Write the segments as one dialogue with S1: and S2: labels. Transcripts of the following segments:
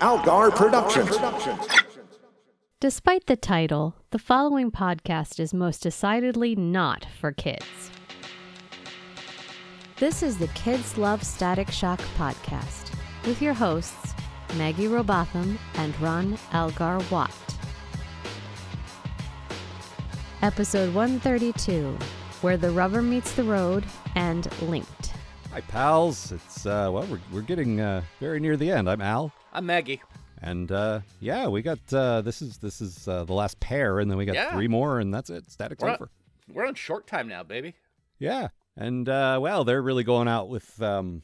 S1: Algar Productions.
S2: Despite the title, the following podcast is most decidedly not for kids. This is the Kids Love Static Shock podcast with your hosts, Maggie Robotham and Ron Algar Watt. Episode 132 Where the Rubber Meets the Road and Linked.
S3: Hi, pals. It's, uh, well, we're, we're getting uh, very near the end. I'm Al.
S4: I'm Maggie.
S3: And, uh, yeah, we got, uh, this is, this is, uh, the last pair, and then we got
S4: Yeah.
S3: three more, and that's it. Static's
S4: We're on,
S3: over.
S4: we're on short time now, baby.
S3: Yeah. And, uh, well, they're really going out with, um,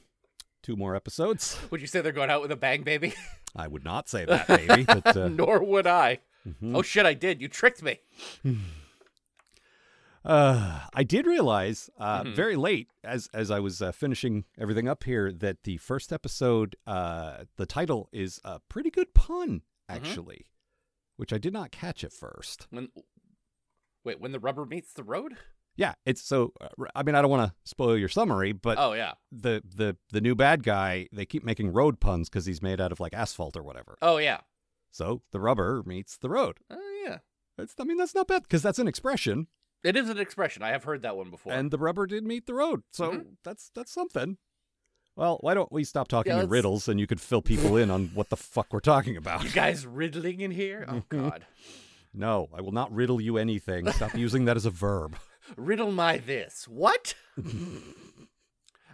S3: two more episodes.
S4: Would you say they're going out with a bang, baby?
S3: I would not say that, baby, but, uh,
S4: Nor would I.
S3: Mm-hmm.
S4: Oh shit, I did. You tricked me.
S3: Uh, I did realize uh, very late as as I was uh, finishing everything up here that the first episode, uh, the title is a pretty good pun actually, which I did not catch at first.
S4: When wait, when the rubber meets the road?
S3: Yeah, it's so. Uh, r- I mean, I don't want to spoil your summary, but
S4: Oh yeah.
S3: the the the new bad guy they keep making road puns because he's made out of like asphalt or whatever.
S4: Oh yeah.
S3: So the rubber meets the road.
S4: Oh yeah.
S3: It's, I mean, that's not bad because that's an expression,
S4: It is an expression. I have heard that one before.
S3: and the rubber did meet the road. So
S4: Mm-hmm.
S3: that's that's something. Well, why don't we stop talking in
S4: let's-
S3: riddles and you could fill people in on what the fuck we're talking about?
S4: you guys riddling in here? Oh
S3: Mm-hmm.
S4: god.
S3: No, I will not riddle you anything. Stop using that as a verb.
S4: Riddle my this. What?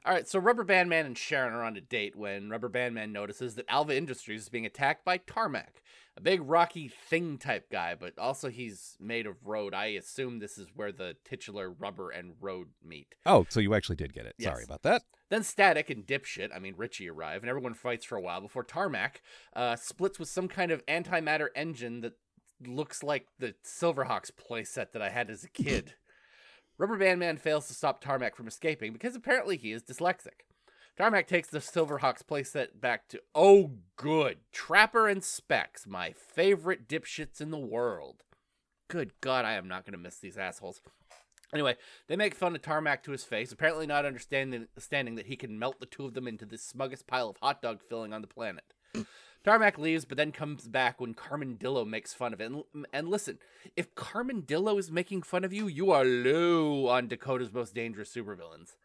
S4: All right, so Rubber Band Man and Sharon are on a date when Rubber Band Man notices that Alva Industries is being attacked by Tarmac, a big rocky thing type guy, but also he's made of road. I assume this is where the titular rubber and road meet.
S3: Oh, so you actually did get it. Sorry
S4: Yes.
S3: about that.
S4: Then Static and Dipshit, I mean Richie, arrive, and everyone fights for a while before Tarmac uh, splits with some kind of antimatter engine that looks like the Silverhawks playset that I had as a kid. Rubber Band Man fails to stop Tarmac from escaping because apparently he is dyslexic. Tarmac takes the Silverhawks playset back to oh good Trapper and Specs, my favorite dipshits in the world. Good God, I am not going to miss these assholes. Anyway, they make fun of Tarmac to his face, apparently not understanding understanding that he can melt the two of them into the smuggest pile of hot dog filling on the planet. Tarmac leaves, but then comes back when Carmen Dillo makes fun of it. And, and listen, if Carmen Dillo is making fun of you, you are low on Dakota's most dangerous supervillains.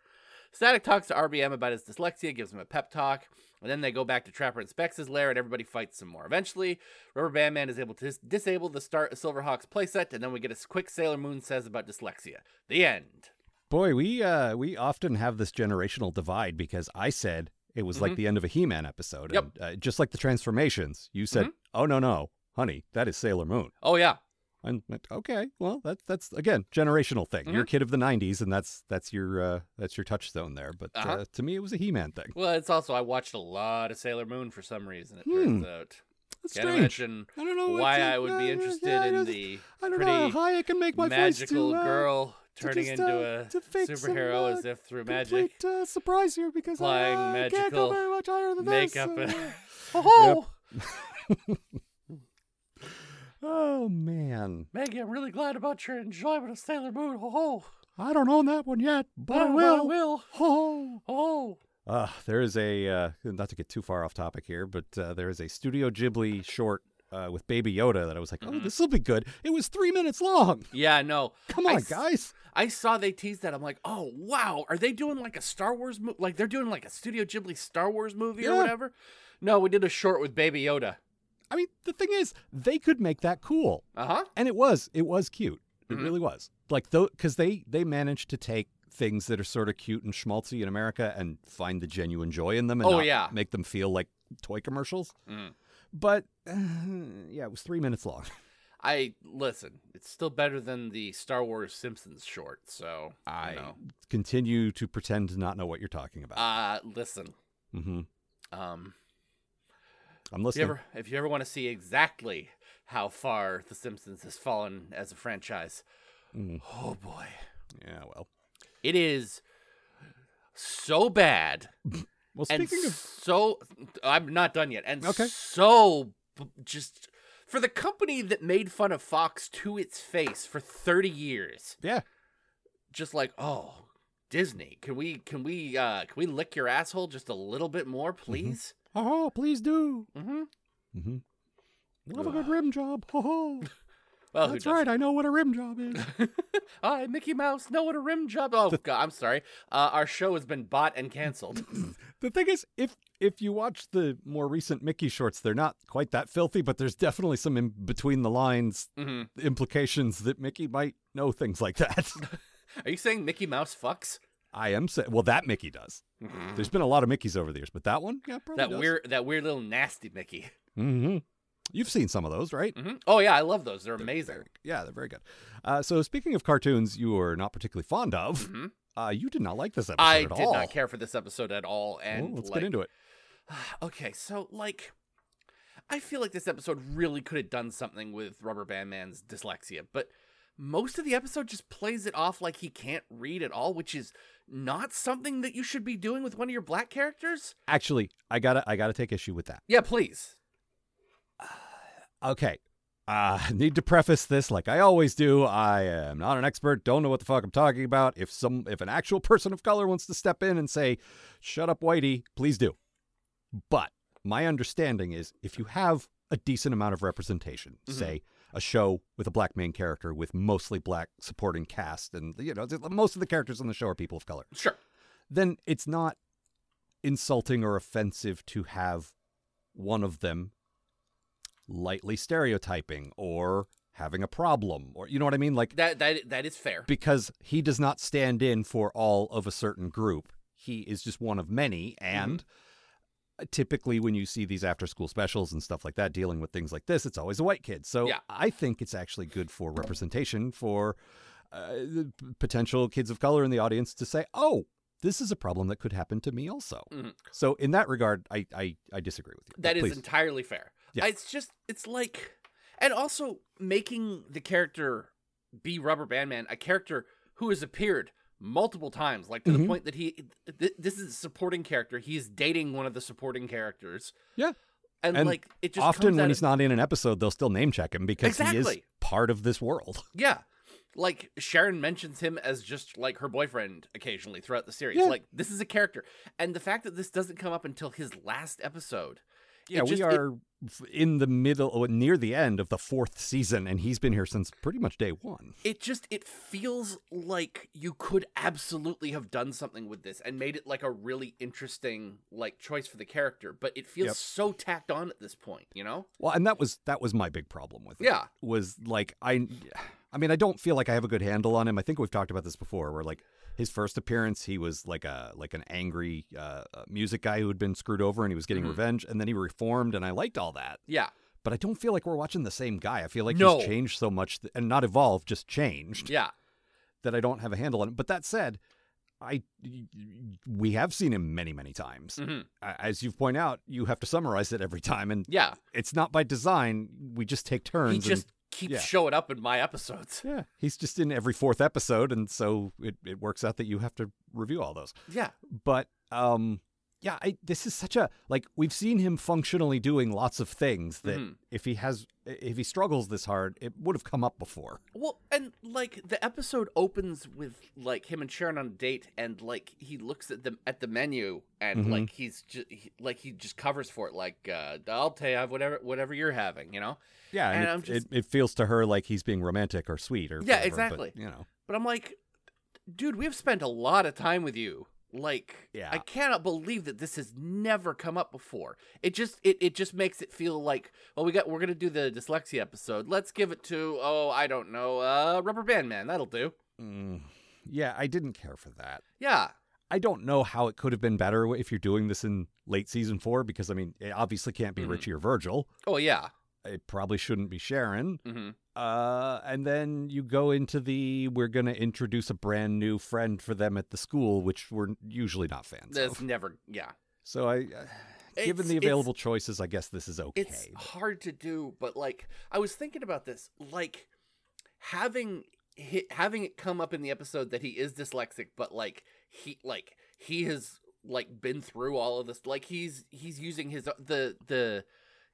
S4: Static talks to RBM about his dyslexia, gives him a pep talk, and then they go back to Trapper and Specs' lair, and everybody fights some more. Eventually, Rubber Band Man is able to dis- disable the Star- Silverhawks playset, and then we get a s- quick Sailor Moon says about dyslexia. The end.
S3: Boy, we uh we often have this generational divide because I said it was like the end of a He-Man episode,
S4: Mm-hmm. Yep. Mm-hmm.
S3: and, uh, just like the transformations. You said, "Oh no, no, honey, that is Sailor Moon."
S4: Oh, yeah.
S3: And like, okay, well, that's that's again generational thing.
S4: Mm-hmm.
S3: You're a kid of the '90s, and that's that's your uh, that's your touchstone there. But uh
S4: Uh-huh.
S3: to me, it was a He-Man thing.
S4: Well, it's also, I watched a lot of Sailor Moon for some reason, it
S3: Hmm.
S4: turns out.
S3: That's
S4: Can't
S3: strange.
S4: imagine
S3: I don't know what
S4: why
S3: to-
S4: I would
S3: I
S4: be
S3: don't-
S4: interested
S3: yeah, I
S4: in
S3: just-
S4: the
S3: I don't know
S4: pretty
S3: how high I can make my
S4: magical
S3: voice too, uh,
S4: girl
S3: to
S4: turning
S3: just,
S4: into
S3: uh,
S4: a
S3: to fake some,
S4: superhero
S3: uh,
S4: as if through magic.
S3: complete, uh, surprise here because I,
S4: Applying
S3: uh, can't
S4: magical
S3: go very much higher than
S4: makeup
S3: this.
S4: and
S3: uh,
S4: oh
S3: oh man,
S4: Maggie, I'm really glad about your enjoyment of Sailor Moon. Oh, oh.
S3: I don't own that one yet, but I
S4: Oh,
S3: will.
S4: I will.
S3: Oh.
S4: Oh,
S3: Uh, there is a uh, not to get too far off topic here, but uh, there is a Studio Ghibli short uh, with Baby Yoda that I was like,
S4: Mm-hmm.
S3: oh, this will be good. It was three minutes long.
S4: yeah, no.
S3: Come
S4: I
S3: on,
S4: s-
S3: guys.
S4: I saw they teased that. I'm like, oh wow, are they doing like a Star Wars movie? Like they're doing like a Studio Ghibli Star Wars movie or
S3: Yeah.
S4: whatever? No, we did a short with Baby Yoda.
S3: I mean, the thing is, they could make that cool,
S4: Uh huh.
S3: and it was. It was cute. It
S4: Mhm.
S3: really was. Like though, because they they managed to take things that are sort of cute and schmaltzy in America and find the genuine joy in them, and
S4: Oh,
S3: not
S4: yeah.
S3: make them feel like toy commercials.
S4: Mm.
S3: But uh, yeah, it was three minutes long.
S4: I listen. It's still better than the Star Wars Simpsons short. So you
S3: I
S4: know.
S3: continue to pretend to not know what you're talking about.
S4: Uh listen.
S3: hmm
S4: Um,
S3: I'm
S4: if you
S3: listening.
S4: ever if you ever want to see exactly how far The Simpsons has fallen as a franchise,
S3: Mm.
S4: oh boy,
S3: Yeah, well.
S4: it is so bad
S3: Well,
S4: and
S3: speaking of
S4: so I'm not done yet, and
S3: Okay.
S4: so b- just for the company that made fun of Fox to its face for 30 years,
S3: yeah,
S4: just like oh Disney, can we can we
S3: Mm-hmm.
S4: uh can we lick your asshole just a little bit more, please?
S3: oh, please do.
S4: Mm-hmm.
S3: hmm Love a good rim job. Ho ho.
S4: Well,
S3: That's
S4: who Oh, doesn't?
S3: right. I know what a rim job is.
S4: I, Mickey Mouse, know what a rim job. Oh, God, I'm sorry. Uh, our show has been bought and canceled.
S3: the thing is, if if you watch the more recent Mickey shorts, they're not quite that filthy, but there's definitely some in between the lines
S4: hmm
S3: implications that Mickey might know things like that.
S4: Are you saying Mickey Mouse fucks?
S3: I am saying, well, that Mickey does. There's been a lot of Mickeys over the years, but that one, yeah, probably
S4: Mm-hmm. That weird, that weird little nasty Mickey.
S3: hmm You've seen some of those, right?
S4: hmm Oh yeah, I love those. They're amazing.
S3: Very- yeah, they're very good. Uh, so, speaking of cartoons you are not particularly fond of,
S4: Mhm.
S3: uh, you did not like this episode
S4: I
S3: at
S4: did
S3: all.
S4: not care for this episode at all,
S3: Well,
S4: and
S3: let's
S4: like,
S3: get into it.
S4: okay, so like, I feel like this episode really could have done something with Rubber Band Man's dyslexia, but most of the episode just plays it off like he can't read at all, which is not something that you should be doing with one of your black characters.
S3: Actually, I gotta, I gotta take issue with that.
S4: Yeah, please.
S3: Okay. Uh, need to preface this like I always do. I am not an expert, don't know what the fuck I'm talking about. If some if an actual person of color wants to step in and say, "Shut up, whitey," please do. But my understanding is if you have a decent amount of representation,
S4: Mhm.
S3: say a show with a black main character with mostly black supporting cast and you know, most of the characters on the show are people of color
S4: Sure.
S3: then it's not insulting or offensive to have one of them lightly stereotyping or having a problem or you know what I mean like
S4: That that that is fair.
S3: because he does not stand in for all of a certain group he is just one of many
S4: Mm-hmm.
S3: and uh, typically when you see these after school specials and stuff like that dealing with things like this it's always a white kid so
S4: Yeah.
S3: I think it's actually good for representation for uh, the p- potential kids of color in the audience to say oh this is a problem that could happen to me also.
S4: Mhm.
S3: So in that regard, I I, I disagree with you. but
S4: That is
S3: please.
S4: entirely fair.
S3: Yeah.
S4: It's just it's like and also making the character be Rubber Band Man, a character who has appeared multiple times, like to the
S3: Mhm.
S4: point that he th- this is a supporting character. He is dating one of the supporting characters.
S3: Yeah.
S4: And,
S3: And
S4: like it just
S3: often
S4: comes
S3: when
S4: out
S3: he's not in an episode, they'll still name check him because he is
S4: Exactly.
S3: part of this world.
S4: Yeah. Like Sharon mentions him as just like her boyfriend occasionally throughout the series.
S3: Yeah.
S4: Like this is a character. And the fact that this doesn't come up until his last episode. it
S3: Yeah,
S4: just-
S3: we
S4: it-
S3: are f in the middle, or near the end of the fourth season, and he's been here since pretty much day one.
S4: it just it feels like you could absolutely have done something with this and made it like a really interesting like choice for the character but it feels
S3: Yep.
S4: so tacked on at this point you know
S3: Well, and that was that was my big problem with it.
S4: Yeah.
S3: was like I, I mean, I don't feel like I have a good handle on him. I think we've talked about this before, where like his first appearance, he was like a like an angry uh, uh, music guy who had been screwed over, and he was getting
S4: Mhm.
S3: revenge, and then he reformed, and I liked all that.
S4: yeah
S3: But I don't feel like we're watching the same guy. I feel like
S4: No.
S3: he's changed so much, th- and not evolved, just changed.
S4: yeah
S3: that I don't have a handle on it. But that said, I we have seen him many many times.
S4: hmm
S3: A- As you point out, you have to summarize it every time, and
S4: yeah
S3: it's not by design. We just take turns.
S4: he just
S3: and,
S4: keeps
S3: yeah.
S4: showing up in my episodes
S3: yeah, he's just in every fourth episode, and so it, it works out that you have to review all those.
S4: yeah
S3: But um, yeah, I, this is such a like we've seen him functionally doing lots of things that
S4: Mhm.
S3: if he has if he struggles this hard, it would have come up before.
S4: Well, and like the episode opens with like him and Sharon on a date, and like he looks at the at the menu, and
S3: Mhm.
S4: like he's just he, like he just covers for it, like uh, I'll tell you, I have whatever whatever you're having, you know.
S3: Yeah, and,
S4: And
S3: it,
S4: I'm just-
S3: it, it feels to her like he's being romantic or sweet or
S4: Yeah,
S3: whatever,
S4: exactly.
S3: But, you know,
S4: But I'm like, dude, we've spent a lot of time with you. Like,
S3: Yeah.
S4: I cannot believe that this has never come up before. It just it, it just makes it feel like, well, we got we're gonna do the dyslexia episode. Let's give it to oh, I don't know, uh, Rubber Band Man. That'll do.
S3: Mm, yeah, I didn't care for that.
S4: Yeah.
S3: I don't know how it could have been better if you're doing this in late season four because I mean it obviously can't be
S4: Mhm.
S3: Richie or Virgil.
S4: Oh yeah.
S3: It probably shouldn't be Sharon.
S4: hmm
S3: Uh, and then you go into the we're gonna introduce a brand new friend for them at the school, which we're usually not fans
S4: That's
S3: of.
S4: never. Yeah.
S3: So I, uh, given
S4: It's-
S3: the
S4: it's-
S3: available choices, I guess this is okay.
S4: It's hard to do, but like I was thinking about this, like having hi- having it come up in the episode that he is dyslexic, but like he like he has like been through all of this, like he's he's using his the the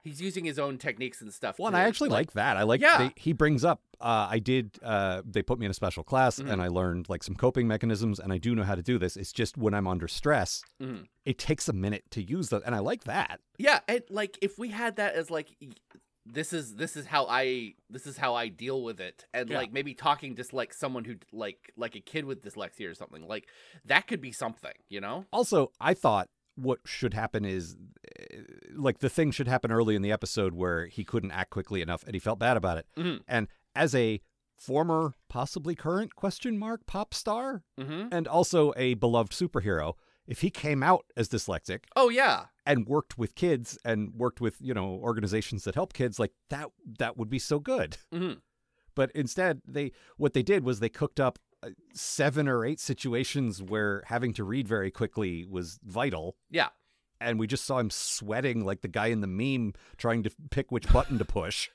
S4: He's using his own techniques and stuff.
S3: Well, and
S4: to,
S3: I actually like that. I like
S4: Yeah.
S3: they, he brings up. Uh, I did. Uh, they put me in a special class, and I learned like some coping mechanisms, and I do know how to do this. It's just when I'm under stress,
S4: Mhm.
S3: it takes a minute to use those, and I like that.
S4: Yeah, and like if we had that as like y- this is this is how I this is how I deal with it and
S3: Yeah.
S4: like maybe talking to like someone who like like a kid with dyslexia or something. Like that could be something, you know?
S3: Also, I thought what should happen is eh, like the thing should happen early in the episode where he couldn't act quickly enough, and he felt bad about it.
S4: Mhm.
S3: And as a former, possibly current question mark pop star,
S4: Mhm.
S3: and also a beloved superhero, if he came out as dyslexic.
S4: Oh yeah.
S3: and worked with kids and worked with you know organizations that help kids like that that would be so good
S4: Mhm.
S3: but instead they what they did was they cooked up uh, seven or eight situations where having to read very quickly was vital
S4: Yeah.
S3: and we just saw him sweating like the guy in the meme trying to f- pick which button to push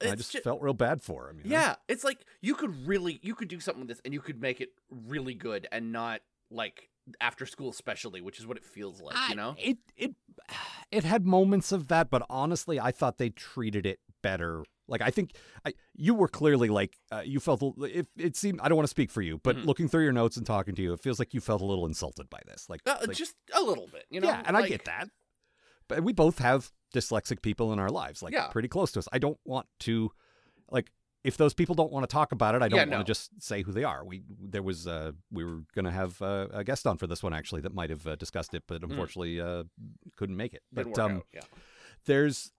S3: And i
S4: It's
S3: just
S4: ju-
S3: felt real bad for him you know?
S4: Yeah, it's like you could really you could do something with this and you could make it really good and not like after school specialty, which is what it feels like,
S3: I-
S4: you know?
S3: it it it had moments of that, but honestly, I thought they treated it better. Like I think I, you were clearly like uh, you felt a- it. It seemed I don't want to speak for you, but
S4: Mhm.
S3: looking through your notes and talking to you, it feels like you felt a little insulted by this. Like,
S4: Uh,
S3: like-
S4: just a little bit, you know?
S3: yeah, and I
S4: Like,
S3: get that. But we both have dyslexic people in our lives, like
S4: Yeah.
S3: pretty close to us. I don't want to, like, if those people don't want to talk about it, I don't
S4: Yeah,
S3: want
S4: no.
S3: to just say who they are. We there was uh, we were gonna have uh, a guest on for this one actually that might have uh, discussed it, but unfortunately uh, couldn't make it.
S4: Hmm. didn't
S3: But
S4: work
S3: um,
S4: out, yeah.
S3: there's,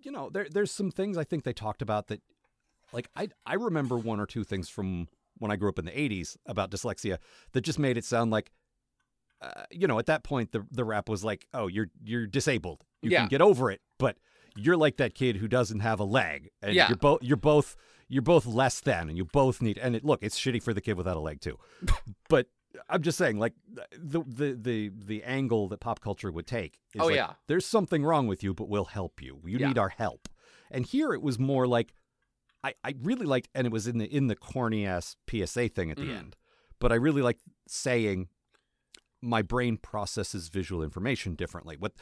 S3: you know, there there's some things I think they talked about that, like I I remember one or two things from when I grew up in the '80s about dyslexia that just made it sound like, uh, you know, at that point the the rap was like, oh, you're you're disabled, you
S4: Yeah.
S3: can get over it, but you're like that kid who doesn't have a leg, and
S4: Yeah.
S3: you're both you're both you're both less than, and you both need. And it, look, it's shitty for the kid without a leg too, but. I'm just saying, like the the the the angle that pop culture would take is
S4: Oh,
S3: like,
S4: yeah.
S3: there's something wrong with you, but we'll help you. You
S4: Yeah.
S3: need our help. And here it was more like I, I really liked and it was in the in the corny ass PSA thing at the
S4: Mhm.
S3: end. But I really liked saying my brain processes visual information differently. What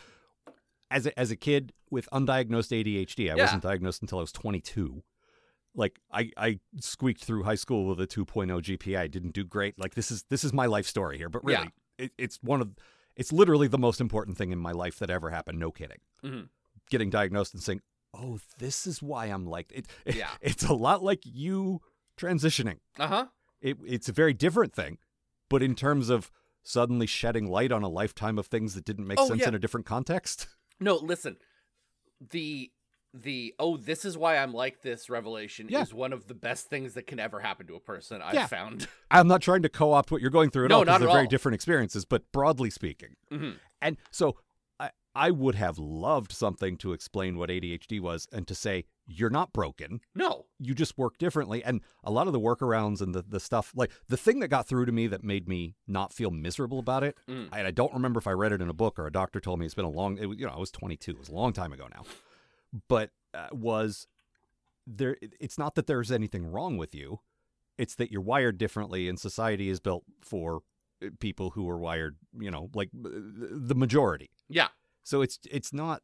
S3: as a, as a kid with undiagnosed ADHD, I
S4: Yeah.
S3: wasn't diagnosed until I was 22. Like I, I squeaked through high school with a 2.0 GPA. I didn't do great. Like this is this is my life story here, but
S4: Yeah.
S3: really, it, it's one of it's literally the most important thing in my life that ever happened. No kidding.
S4: Mhm.
S3: Getting diagnosed and saying, "Oh, this is why I'm like it." it-
S4: Yeah.
S3: it's a lot like you transitioning.
S4: Uh-huh.
S3: It, it's a very different thing, but in terms of suddenly shedding light on a lifetime of things that didn't make
S4: Oh,
S3: sense
S4: yeah.
S3: in a different context.
S4: No, listen. The the oh, this is why I'm like this revelation
S3: Yeah.
S4: is one of the best things that can ever happen to a person. I've
S3: Yeah.
S4: found.
S3: I'm not trying to co-opt what you're going through at
S4: No,
S3: all because
S4: not
S3: they're
S4: at
S3: very
S4: all.
S3: different experiences, but broadly speaking.
S4: Mhm.
S3: And so I, I would have loved something to explain what ADHD was and to say, you're not broken.
S4: No.
S3: You just work differently. And a lot of the workarounds and the, the stuff, like the thing that got through to me that made me not feel miserable about it,
S4: Mm.
S3: and I don't remember if I read it in a book or a doctor told me it's been a long, it, was- you know, I was 22. It was a long time ago now. But uh, was there, it- it's not that there's anything wrong with you. It's that you're wired differently and society is built for uh, people who are wired, you know, like uh, the majority.
S4: Yeah.
S3: So it's it's not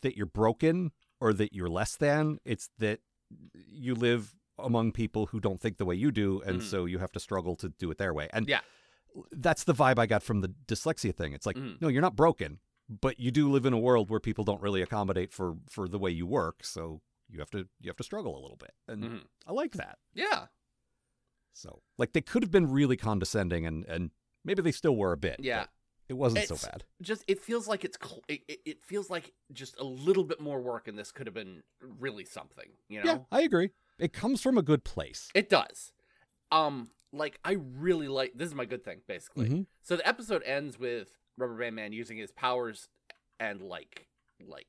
S3: that you're broken or that you're less than. It's that you live among people who don't think the way you do, and
S4: Mhm.
S3: so you have to struggle to do it their way. And
S4: Yeah.
S3: that's the vibe I got from the dyslexia thing. It's like,
S4: Mhm.
S3: no, you're not broken, but you do live in a world where people don't really accommodate for for the way you work, so you have to you have to struggle a little bit. And
S4: Mhm.
S3: I like that.
S4: Yeah.
S3: So like they could have been really condescending, and and maybe they still were a bit.
S4: Yeah.
S3: but it wasn't
S4: It's-
S3: so bad.
S4: Just it feels like it's cl- it, it, it feels like just a little bit more work and this could have been really something, you know?
S3: Yeah, I agree. It comes from a good place.
S4: It does. Um, like I really like this is my good thing basically.
S3: Mhm.
S4: So the episode ends with Rubber Band Man using his powers and like like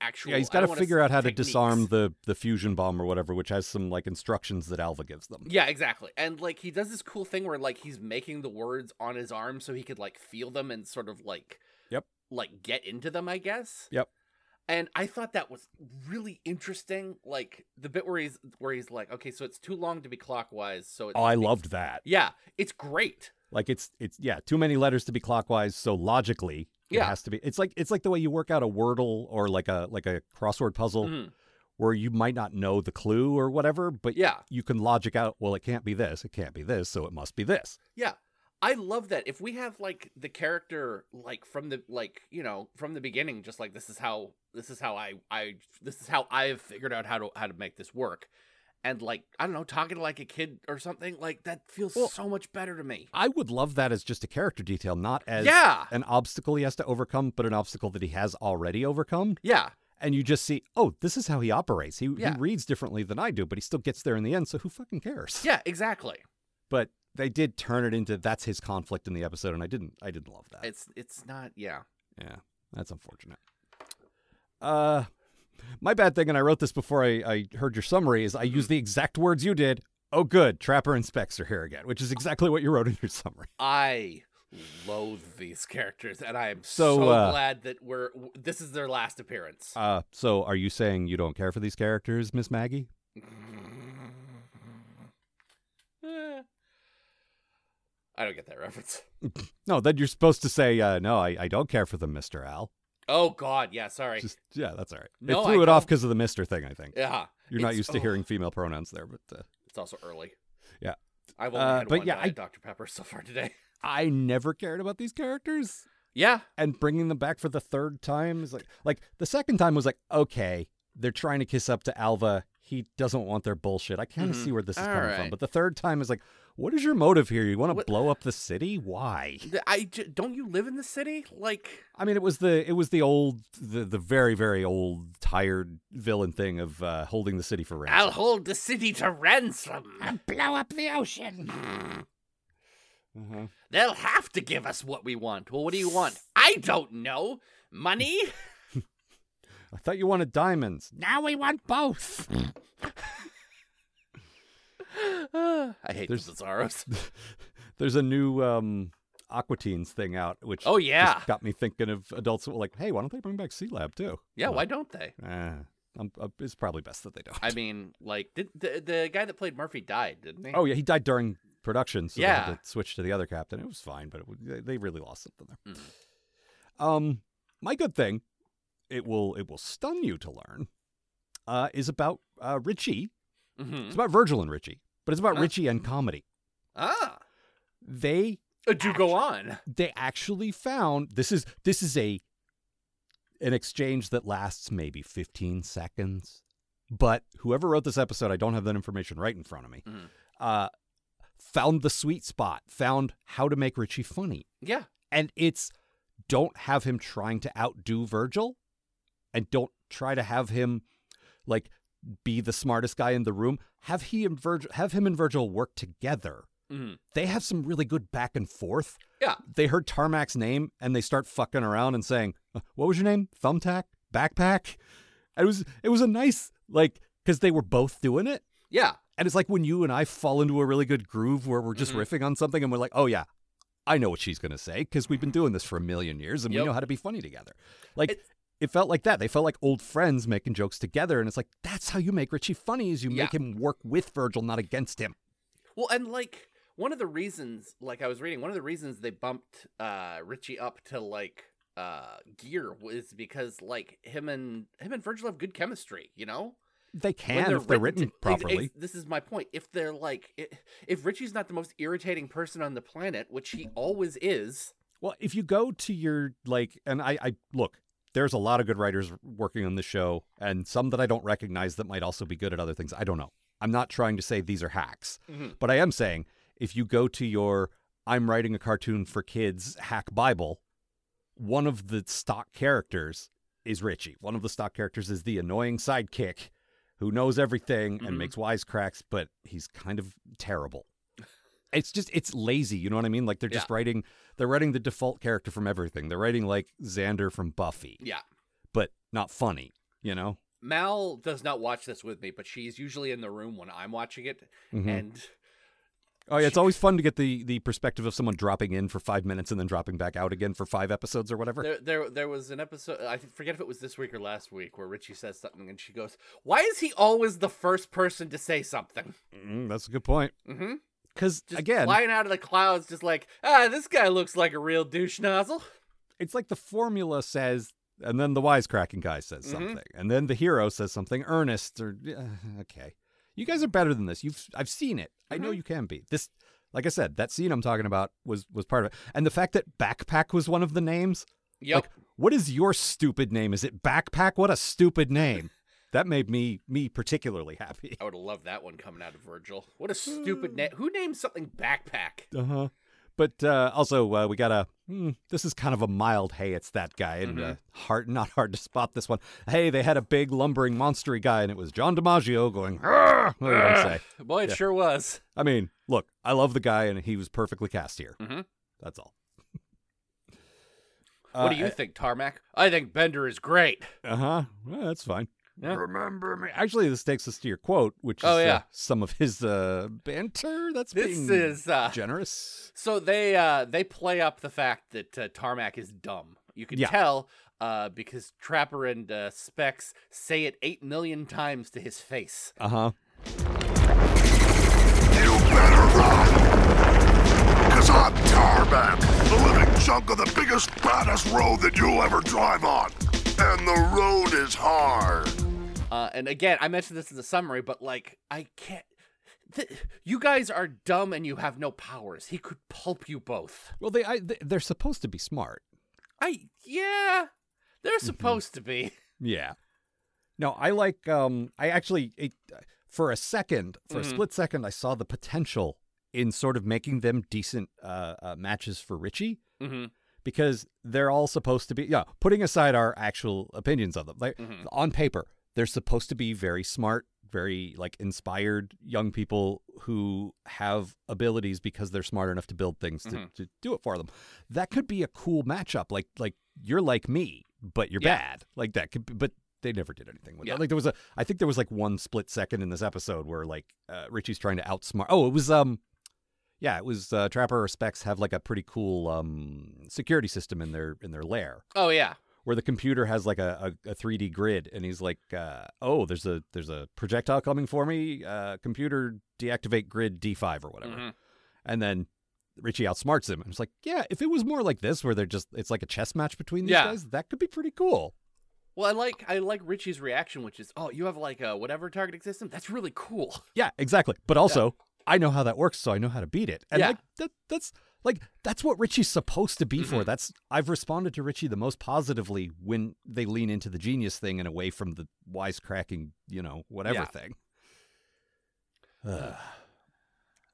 S4: actual.
S3: Yeah, he's
S4: I
S3: got to
S4: don't wanna
S3: figure
S4: s-
S3: out how
S4: techniques.
S3: to disarm the the fusion bomb or whatever, which has some like instructions that Alva gives them.
S4: Yeah, exactly. And like he does this cool thing where like he's making the words on his arm so he could like feel them and sort of like
S3: Yep.
S4: like get into them, I guess.
S3: Yep.
S4: And I thought that was really interesting. Like the bit where he's where he's like, okay, so it's too long to be clockwise, so it's
S3: Oh, I loved that.
S4: yeah, it's great.
S3: Like it's it's yeah, too many letters to be clockwise, so logically It
S4: Yeah.
S3: has to be. It's like it's like the way you work out a wordle or like a like a crossword puzzle
S4: Mhm.
S3: where you might not know the clue or whatever, but
S4: Yeah.
S3: you can logic out, well, it can't be this, it can't be this, so it must be this.
S4: Yeah. I love that. If we have like the character like from the like, you know, from the beginning just like this is how this is how I I this is how I've figured out how to how to make this work. And like, I don't know, talking to like a kid or something, like that feels
S3: Well-
S4: so much better to me.
S3: I would love that as just a character detail, not as
S4: yeah.
S3: an obstacle he has to overcome, but an obstacle that he has already overcome.
S4: Yeah.
S3: And you just see, oh, this is how he operates. He,
S4: Yeah.
S3: he reads differently than I do, but he still gets there in the end, so who fucking cares?
S4: Yeah, exactly.
S3: But they did turn it into that's his conflict in the episode, and I didn't I didn't love that.
S4: It's it's not yeah.
S3: Yeah, that's unfortunate. Uh, my bad thing, and I wrote this before I, I heard your summary, is I
S4: Mm-hmm.
S3: used the exact words you did. Oh, good, Trapper and Specs are here again, which is exactly what you wrote in your summary.
S4: I loathe these characters and I am so,
S3: So, uh,
S4: glad that we're w- this is their last appearance.
S3: Uh, so are you saying you don't care for these characters, Miss Maggie?
S4: Eh. I don't get that reference.
S3: No, then you're supposed to say, uh, no, I, I don't care for them, Mister Al.
S4: Oh God, yeah, sorry.
S3: Just yeah, that's all right.
S4: No,
S3: it threw
S4: I
S3: it off
S4: don't.
S3: because of the Mister thing. I think
S4: yeah,
S3: you're not
S4: it's-
S3: used to
S4: oh,
S3: hearing female pronouns there, but uh,
S4: It's also early.
S3: Yeah.
S4: I've only
S3: Uh,
S4: had
S3: but
S4: one
S3: yeah,
S4: Diet
S3: I-
S4: Dr Pepper so far today.
S3: I never cared about these characters.
S4: Yeah,
S3: and bringing them back for the third time is like like the second time was like okay they're trying to kiss up to alva he doesn't want their bullshit i kind of
S4: Mhm.
S3: see where this is
S4: All
S3: coming from
S4: right.
S3: but the third time is like what is your motive here you want to
S4: What-
S3: blow up the city why
S4: Th- I j- don't. You live in the city, like
S3: i mean it was the it was the old the, the very very old tired villain thing of uh, holding the city for ransom
S4: I'll hold the city to ransom.
S3: blow up the ocean Mm-hmm.
S4: They'll have to give us what we want. Well, what do you want? I don't know. Money.
S3: i thought you wanted diamonds
S4: Now we want both. I hate
S3: There's-
S4: the Bizarros.
S3: there's a new um aquatines thing out which
S4: Oh
S3: just
S4: yeah,
S3: got me thinking of adults that were like hey why don't they bring back c lab too
S4: yeah.
S3: Uh,
S4: Why don't they?
S3: Uh, I'm, uh, it's probably best that they don't.
S4: I mean, like did, the the guy that played Murphy died, didn't he?
S3: oh yeah, he died during production, so they
S4: Yeah.
S3: had to switch to the other captain. It was fine, but it, w- they- they really lost something there.
S4: Mhm.
S3: Um, my good thing, it will it will stun you to learn, uh, is about uh, Richie.
S4: Mhm.
S3: It's about Virgil and Richie, but it's about
S4: Ah.
S3: Richie and comedy.
S4: Ah,
S3: They
S4: Uh, do go on.
S3: they actually found this is this is a an exchange that lasts maybe 15 seconds but whoever wrote this episode i don't have that information right in front of me
S4: Mhm.
S3: uh, found the sweet spot found how to make richie funny
S4: Yeah,
S3: and it's don't have him trying to outdo virgil and don't try to have him like be the smartest guy in the room have he and virgil have him and virgil work together
S4: Mhm.
S3: they have some really good back and forth
S4: yeah.
S3: they heard Tarmac's name and they start fucking around and saying, "Uh, "What was your name? Thumbtack, backpack." It was it was a nice like because they were both doing it,
S4: Yeah,
S3: and it's like when you and I fall into a really good groove where we're just
S4: Mhm.
S3: riffing on something and we're like, "Oh yeah, I know what she's gonna say" because we've been doing this for a million years and
S4: Mm-hmm. Yep.
S3: we know how to be funny together. Like.
S4: It-
S3: It- felt like that. They felt like old friends making jokes together, and it's like that's how you make Richie funny: is you
S4: Yeah.
S3: make him work with Virgil, not against him.
S4: Well, and like one of the reasons, like I was reading, one of the reasons they bumped uh Richie up to like uh gear was because like him and him and Virgil have good chemistry, you know.
S3: They
S4: When
S3: can if they're written,
S4: to- ex- ex-
S3: properly.
S4: this is my point. If they're like, i- if Richie's not the most irritating person on the planet, which he always is,
S3: Well, if you go to your like, and I, I look, there's a lot of good writers working on the show, and some that I don't recognize that might also be good at other things. I don't know. I'm not trying to say these are hacks,
S4: Mhm.
S3: but I am saying if you go to your I'm writing a cartoon for kids hack Bible, one of the stock characters is Richie. One of the stock characters is the annoying sidekick who knows everything
S4: Mhm.
S3: and makes wisecracks, but he's kind of terrible. It's just it's lazy, you know what I mean? Like they're just writing they're writing the default character from everything. They're writing like Xander from Buffy,
S4: yeah.
S3: but not funny, you know?
S4: Mal does not watch this with me, but she's usually in the room when I'm watching it,
S3: Mhm.
S4: and
S3: Oh yeah, it's always fun to get the the perspective of someone dropping in for five minutes and then dropping back out again for five episodes or whatever.
S4: There, there, there was an episode. I forget if it was this week or last week where Richie says something, and she goes, "Why is he always the first person to say something?"
S3: Mm, that's a good point.
S4: Mm-hmm.
S3: Because
S4: Just
S3: again,
S4: flying out of the clouds, just like, ah, this guy looks like a real douche nozzle.
S3: it's like the formula says, and then the wisecracking guy says
S4: Mhm.
S3: something, and then the hero says something earnest. Or uh, okay, you guys are better than this. You've I've seen it. I know
S4: Mhm.
S3: you can be. This, like I said, that scene I'm talking about was was part of it, and the fact that backpack was one of the names.
S4: Yep.
S3: Like, what is your stupid name? Is it backpack? What a stupid name. That made me me particularly happy.
S4: I would have loved that one coming out of Virgil. What a
S3: Hmm.
S4: stupid name. Who named something backpack?
S3: Uh huh. But uh, also, uh, we got a. Hmm, this is kind of a mild. Hey, it's that guy, and
S4: Mm-hmm.
S3: uh, hard, not hard to spot this one. Hey, they had a big lumbering monstery guy, and it was John DiMaggio going. "Argh!" What do you want to say?
S4: Boy, it sure was.
S3: I mean, look, I love the guy, and he was perfectly cast here.
S4: Mhm.
S3: That's all. eh,
S4: what do you think, Tarmac? I think Bender is great.
S3: Uh huh. Well, that's fine.
S4: Yeah.
S3: Remember me. Actually, this takes us to your quote, which
S4: Oh,
S3: is uh,
S4: yeah.
S3: some of his uh, banter. That's
S4: This
S3: being
S4: is uh,
S3: generous.
S4: so they uh, they play up the fact that uh, Tarmac is dumb. You can
S3: Yeah.
S4: tell uh, because Trapper and uh, Specs say it eight million times to his face.
S3: Uh huh.
S1: You better run! Cause I'm Tarmac, the living chunk of the biggest, baddest road that you'll ever drive on. And the road is hard.
S4: Uh, and again, I mentioned this in the summary, but like, I can't. Th- you guys are dumb and you have no powers. He could pulp you both.
S3: Well, they, I, they they're supposed to be smart.
S4: I yeah, Mm-hmm. they're supposed to be.
S3: Yeah. No, I like. Um, I actually, it, for a second, for
S4: Mhm.
S3: a split second, I saw the potential in sort of making them decent uh, uh, matches for Richie
S4: Mm-hmm.
S3: because they're all supposed to be. Yeah, putting aside our actual opinions of them, like
S4: Mhm.
S3: on paper, they're supposed to be very smart, very like inspired young people who have abilities because they're smart enough to build things to,
S4: Mhm.
S3: to do it for them. That could be a cool matchup. Like like you're like me, but you're
S4: Yeah.
S3: bad. Like that could be, but they never did anything with
S4: Yeah.
S3: that. Like there was a I think there was like one split second in this episode where like uh, Richie's trying to outsmart. Oh, it was um yeah, it was uh, Trapper or Specs have like a pretty cool um security system in their in their lair
S4: Oh yeah,
S3: where the computer has like a, a, a 3D grid, and he's like, uh, "Oh, there's a there's a projectile coming for me. Uh, computer deactivate grid D5 or whatever."
S4: Mhm.
S3: And then Richie outsmarts him. I'm just like, "Yeah, if it was more like this, where they're just it's like a chess match between these
S4: Yeah.
S3: guys, that could be pretty cool."
S4: Well, I like I like Richie's reaction, which is, "Oh, you have like a whatever targeting system. That's really cool."
S3: Yeah, exactly. But also, I know how that works, so I know how to beat it. And
S4: Yeah.
S3: like that, that's like that's what Richie's supposed to be for.
S4: Mhm.
S3: That's I've responded to Richie the most positively when they lean into the genius thing and away from the wisecracking, you know, whatever
S4: Yeah.
S3: thing. Ugh.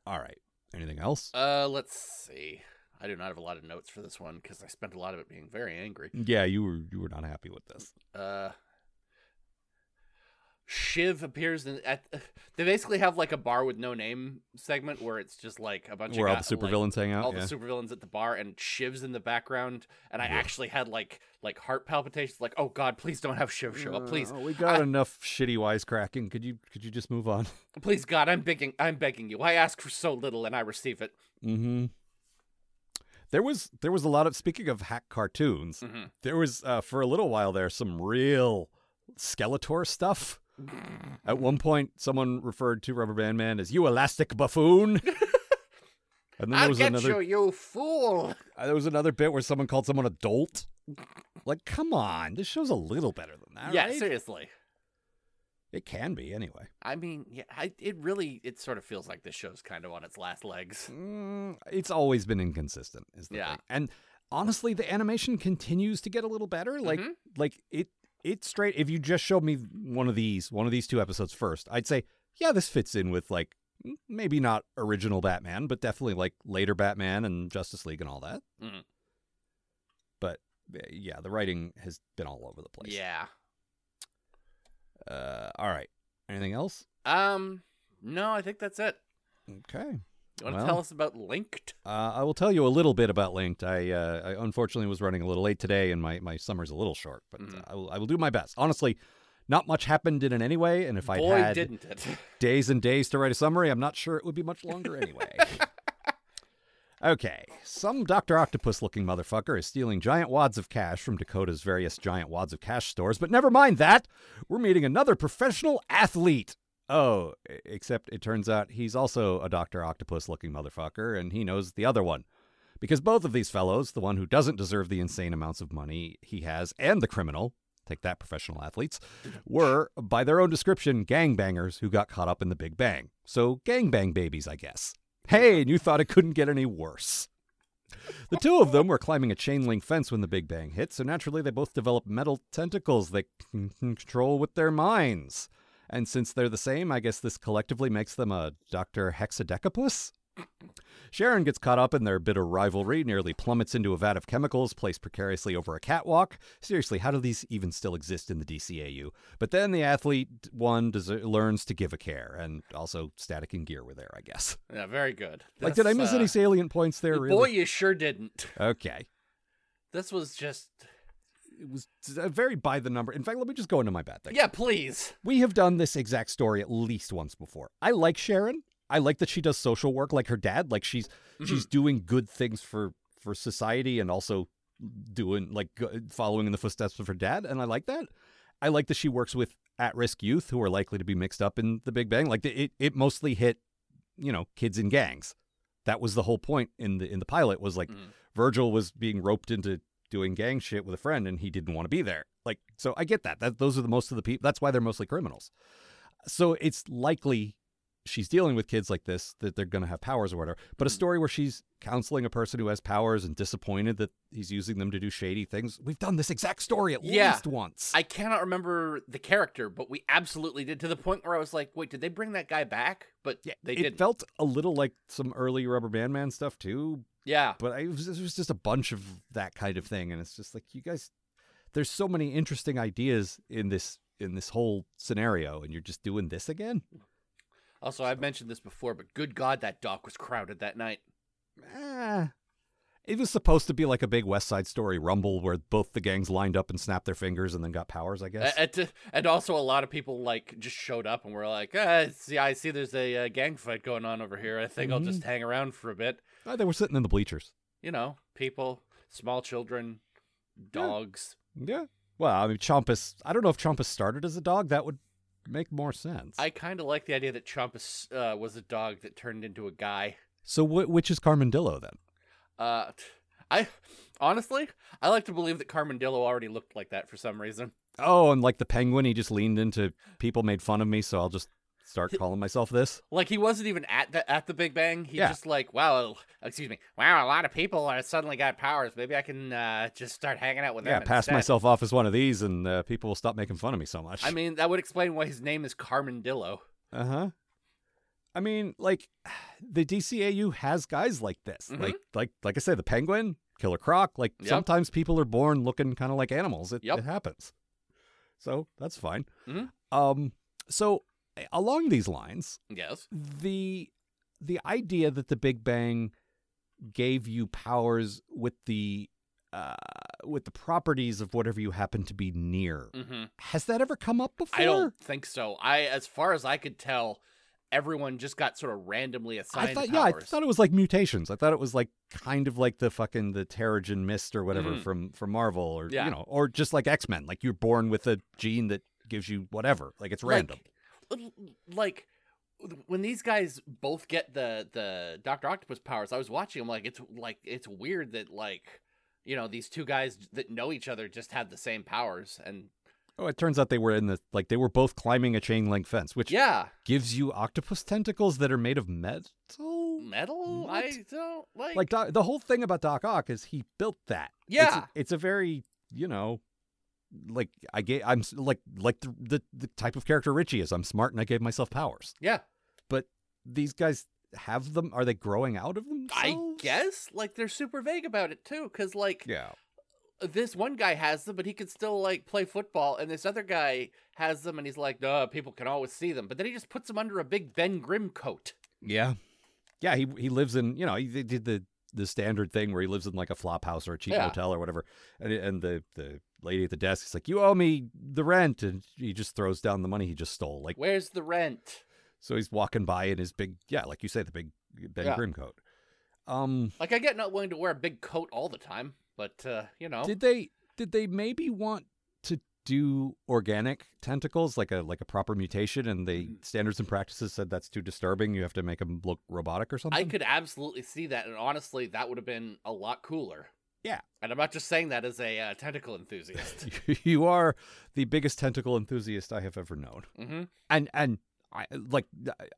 S3: all right. Anything else?
S4: Uh, let's see. I do not have a lot of notes for this one because I spent a lot of it being very angry.
S3: yeah, you were you were not happy with this.
S4: Uh, Shiv appears in at. they basically have like a bar with no name segment where it's just like a bunch
S3: Where
S4: of
S3: all the
S4: guy- like,
S3: supervillains hang out.
S4: all
S3: yeah.
S4: the supervillains at the bar and Shiv's in the background, and I
S3: Yeah.
S4: actually had like like heart palpitations, like oh god, please don't have Shiv show up, please,
S3: Uh, we got enough shitty wisecracking. Could you could you just move on?
S4: please God, I'm begging, I'm begging you. I ask for so little and I receive it.
S3: Mm-hmm. There was there was a lot of speaking of hack cartoons.
S4: Mhm.
S3: There was uh, for a little while there some real Skeletor stuff. At one point, someone referred to Rubber Band Man as "you elastic buffoon," and then there
S4: I'll
S3: was
S4: get
S3: another
S4: you, you fool.
S3: uh, there was another bit where someone called someone a dolt. Like, come on, this show's a little better than that,
S4: yeah,
S3: right?
S4: seriously.
S3: It can be anyway.
S4: I mean, yeah, I, it really, it sort of feels like this show's kind of on its last legs.
S3: Mm, it's always been inconsistent, is the
S4: Yeah.
S3: thing. And honestly, the animation continues to get a little better. Like
S4: Mhm.
S3: like it it straight if you just showed me one of these, one of these two episodes first, I'd say, yeah, this fits in with like m- maybe not original Batman, but definitely like later Batman and Justice League and all that.
S4: Mhm.
S3: But uh, yeah, the writing has been all over the place.
S4: Yeah.
S3: Uh, all right. Anything else?
S4: Um. No, I think that's it.
S3: Okay.
S4: You want to
S3: Well.
S4: tell us about Linked?
S3: Uh, I will tell you a little bit about Linked. I, uh, I unfortunately was running a little late today, and my, my summer's a little short, but
S4: Mhm.
S3: uh, I, will, I will do my best. Honestly, not much happened in it anyway, and if I
S4: Boy,
S3: had
S4: didn't it.
S3: days and days to write a summary, I'm not sure it would be much longer anyway. okay, some Dr. Octopus looking motherfucker is stealing giant wads of cash from Dakota's various giant wads of cash stores, but never mind that. We're meeting another professional athlete. Oh, e- except it turns out he's also a Dr. Octopus looking motherfucker, and he knows the other one. Because both of these fellows, the one who doesn't deserve the insane amounts of money he has, and the criminal, take that professional athletes, were, by their own description, gangbangers who got caught up in the Big Bang. So, gangbang babies, I guess. Hey, and you thought it couldn't get any worse. The two of them were climbing a chain link fence when the Big Bang hit, so naturally they both developed metal tentacles they can control with their minds. And since they're the same, I guess this collectively makes them a Dr. Hexadecapus? Sharon gets caught up in their bitter rivalry, nearly plummets into a vat of chemicals placed precariously over a catwalk. Seriously, how do these even still exist in the DCAU? But then the athlete one deser- learns to give a care, and also Static and Gear were there, I guess.
S4: Yeah, very good.
S3: like, did I
S4: That's,
S3: miss
S4: uh,
S3: any salient points there? Really?
S4: Boy, you sure didn't.
S3: Okay.
S4: This was just.
S3: It was uh, very by the number. In fact, let me just go into my bad thing.
S4: Yeah, please.
S3: We have done this exact story at least once before. I like Sharon. I like that she does social work like her dad. Like she's she's doing good things for for society and also doing like go- following in the footsteps of her dad. And I like that. I like that she works with at risk youth who are likely to be mixed up in the Big Bang. Like it it mostly hit you know kids in gangs. That was the whole point in the in the pilot was like
S4: Mhm.
S3: Virgil was being roped into doing gang shit with a friend and he didn't want to be there. Like so I get that. That those are the most of the people that's why they're mostly criminals. So it's likely she's dealing with kids like this that they're going to have powers or whatever. But a story where she's counseling a person who has powers and disappointed that he's using them to do shady things. We've done this exact story at
S4: Yeah.
S3: least once.
S4: I cannot remember the character, but we absolutely did to the point where I was like, wait, did they bring that guy back? But
S3: yeah,
S4: they
S3: it
S4: didn't.
S3: felt a little like some early Rubber Band Man stuff too,
S4: yeah.
S3: but I, it, was, it was just a bunch of that kind of thing, and it's just like you guys. There's so many interesting ideas in this in this whole scenario, and you're just doing this again.
S4: Also, I've mentioned this before, but good God, that dock was crowded that night.
S3: Eh. It was supposed to be like a big West Side Story rumble where both the gangs lined up and snapped their fingers and then got powers, I guess.
S4: A- And, and also, a lot of people like just showed up and were like, ah, "See, I see there's a uh, gang fight going on over here. I think I'll
S3: Mm-hmm.
S4: just hang around for a bit."
S3: Oh, they were sitting in the bleachers.
S4: You know, people, small children, dogs.
S3: Yeah. Well, I mean, Chompus, I don't know if Chompus started as a dog. That would make more sense.
S4: I kind of like the idea that Chompus uh, was a dog that turned into a guy.
S3: So, wh- which is Carmandillo then?
S4: Uh, I honestly, I like to believe that Carmandillo already looked like that for some reason.
S3: Oh, and like the penguin, he just leaned into people made fun of me, so I'll just start calling myself this.
S4: Like he wasn't even at the at the Big Bang. He
S3: Yeah.
S4: just like, wow, excuse me, wow, a lot of people are suddenly got powers. Maybe I can uh, just start hanging out with
S3: Yeah,
S4: them.
S3: pass
S4: instead."
S3: myself off as one of these, and uh, people will stop making fun of me so much.
S4: I mean, that would explain why his name is Carmandillo.
S3: Uh huh. I mean, like the DCAU has guys like this.
S4: Mhm.
S3: Like, like, like I said, the Penguin, Killer Croc. Like
S4: Yep.
S3: sometimes people are born looking kind of like animals. It,
S4: Yep.
S3: it happens. So that's fine.
S4: Mhm.
S3: Um. So a- along these lines,
S4: Yes.
S3: the the idea that the Big Bang gave you powers with the uh, with the properties of whatever you happen to be near
S4: hmm
S3: has that ever come up before?
S4: I don't think so. I, as far as I could tell, everyone just got sort of randomly assigned
S3: I thought, yeah, I
S4: powers.
S3: thought it was like mutations. I thought it was like kind of like the fucking the Terrigen Mist or whatever
S4: Mhm.
S3: from from Marvel, or
S4: Yeah.
S3: you know, or just like X Men. Like you're born with a gene that gives you whatever. Like it's random.
S4: Like, like, when these guys both get the the Doctor Octopus powers, I was watching. I'm like, it's like it's weird that like you know these two guys that know each other just have the same powers, and
S3: Oh, it turns out they were in the like they were both climbing a chain link fence, which
S4: yeah,
S3: gives you octopus tentacles that are made of metal.
S4: metal.
S3: What?
S4: I don't like.
S3: Like Doc, the whole thing about Doc Ock is he built that. It's a-
S4: Yeah.
S3: it's a, very you know. Like I gave, I'm s- like like the, the the type of character Richie is. I'm smart and I gave myself powers.
S4: yeah,
S3: but these guys have them. Are they growing out of them?
S4: I guess like they're super vague about it too, because like
S3: Yeah.
S4: this one guy has them, but he can still like play football, and this other guy has them, and he's like, duh, people can always see them, but then he just puts them under a big Ben Grimm coat.
S3: Yeah. Yeah. He he lives in you know he they did the the standard thing where he lives in like a flop house or a cheap
S4: Yeah.
S3: hotel or whatever, and and the the lady at the desk is like, "You owe me the rent," and he just throws down the money he just stole. Like
S4: Where's the rent?
S3: so, he's walking by in his big yeah, like you say, the big Ben
S4: Yeah.
S3: Grimm coat. Um.
S4: Like I get not willing to wear a big coat all the time, but uh, you know,
S3: Did they did they maybe want to do organic tentacles like a like a proper mutation, and the
S4: Mm.
S3: standards and practices said that's too disturbing. You have to make them look robotic or something.
S4: I could absolutely see that, and honestly, that would have been a lot cooler.
S3: Yeah.
S4: and I'm not just saying that as a uh, tentacle enthusiast.
S3: you are the biggest tentacle enthusiast I have ever known,
S4: hmm
S3: and and I like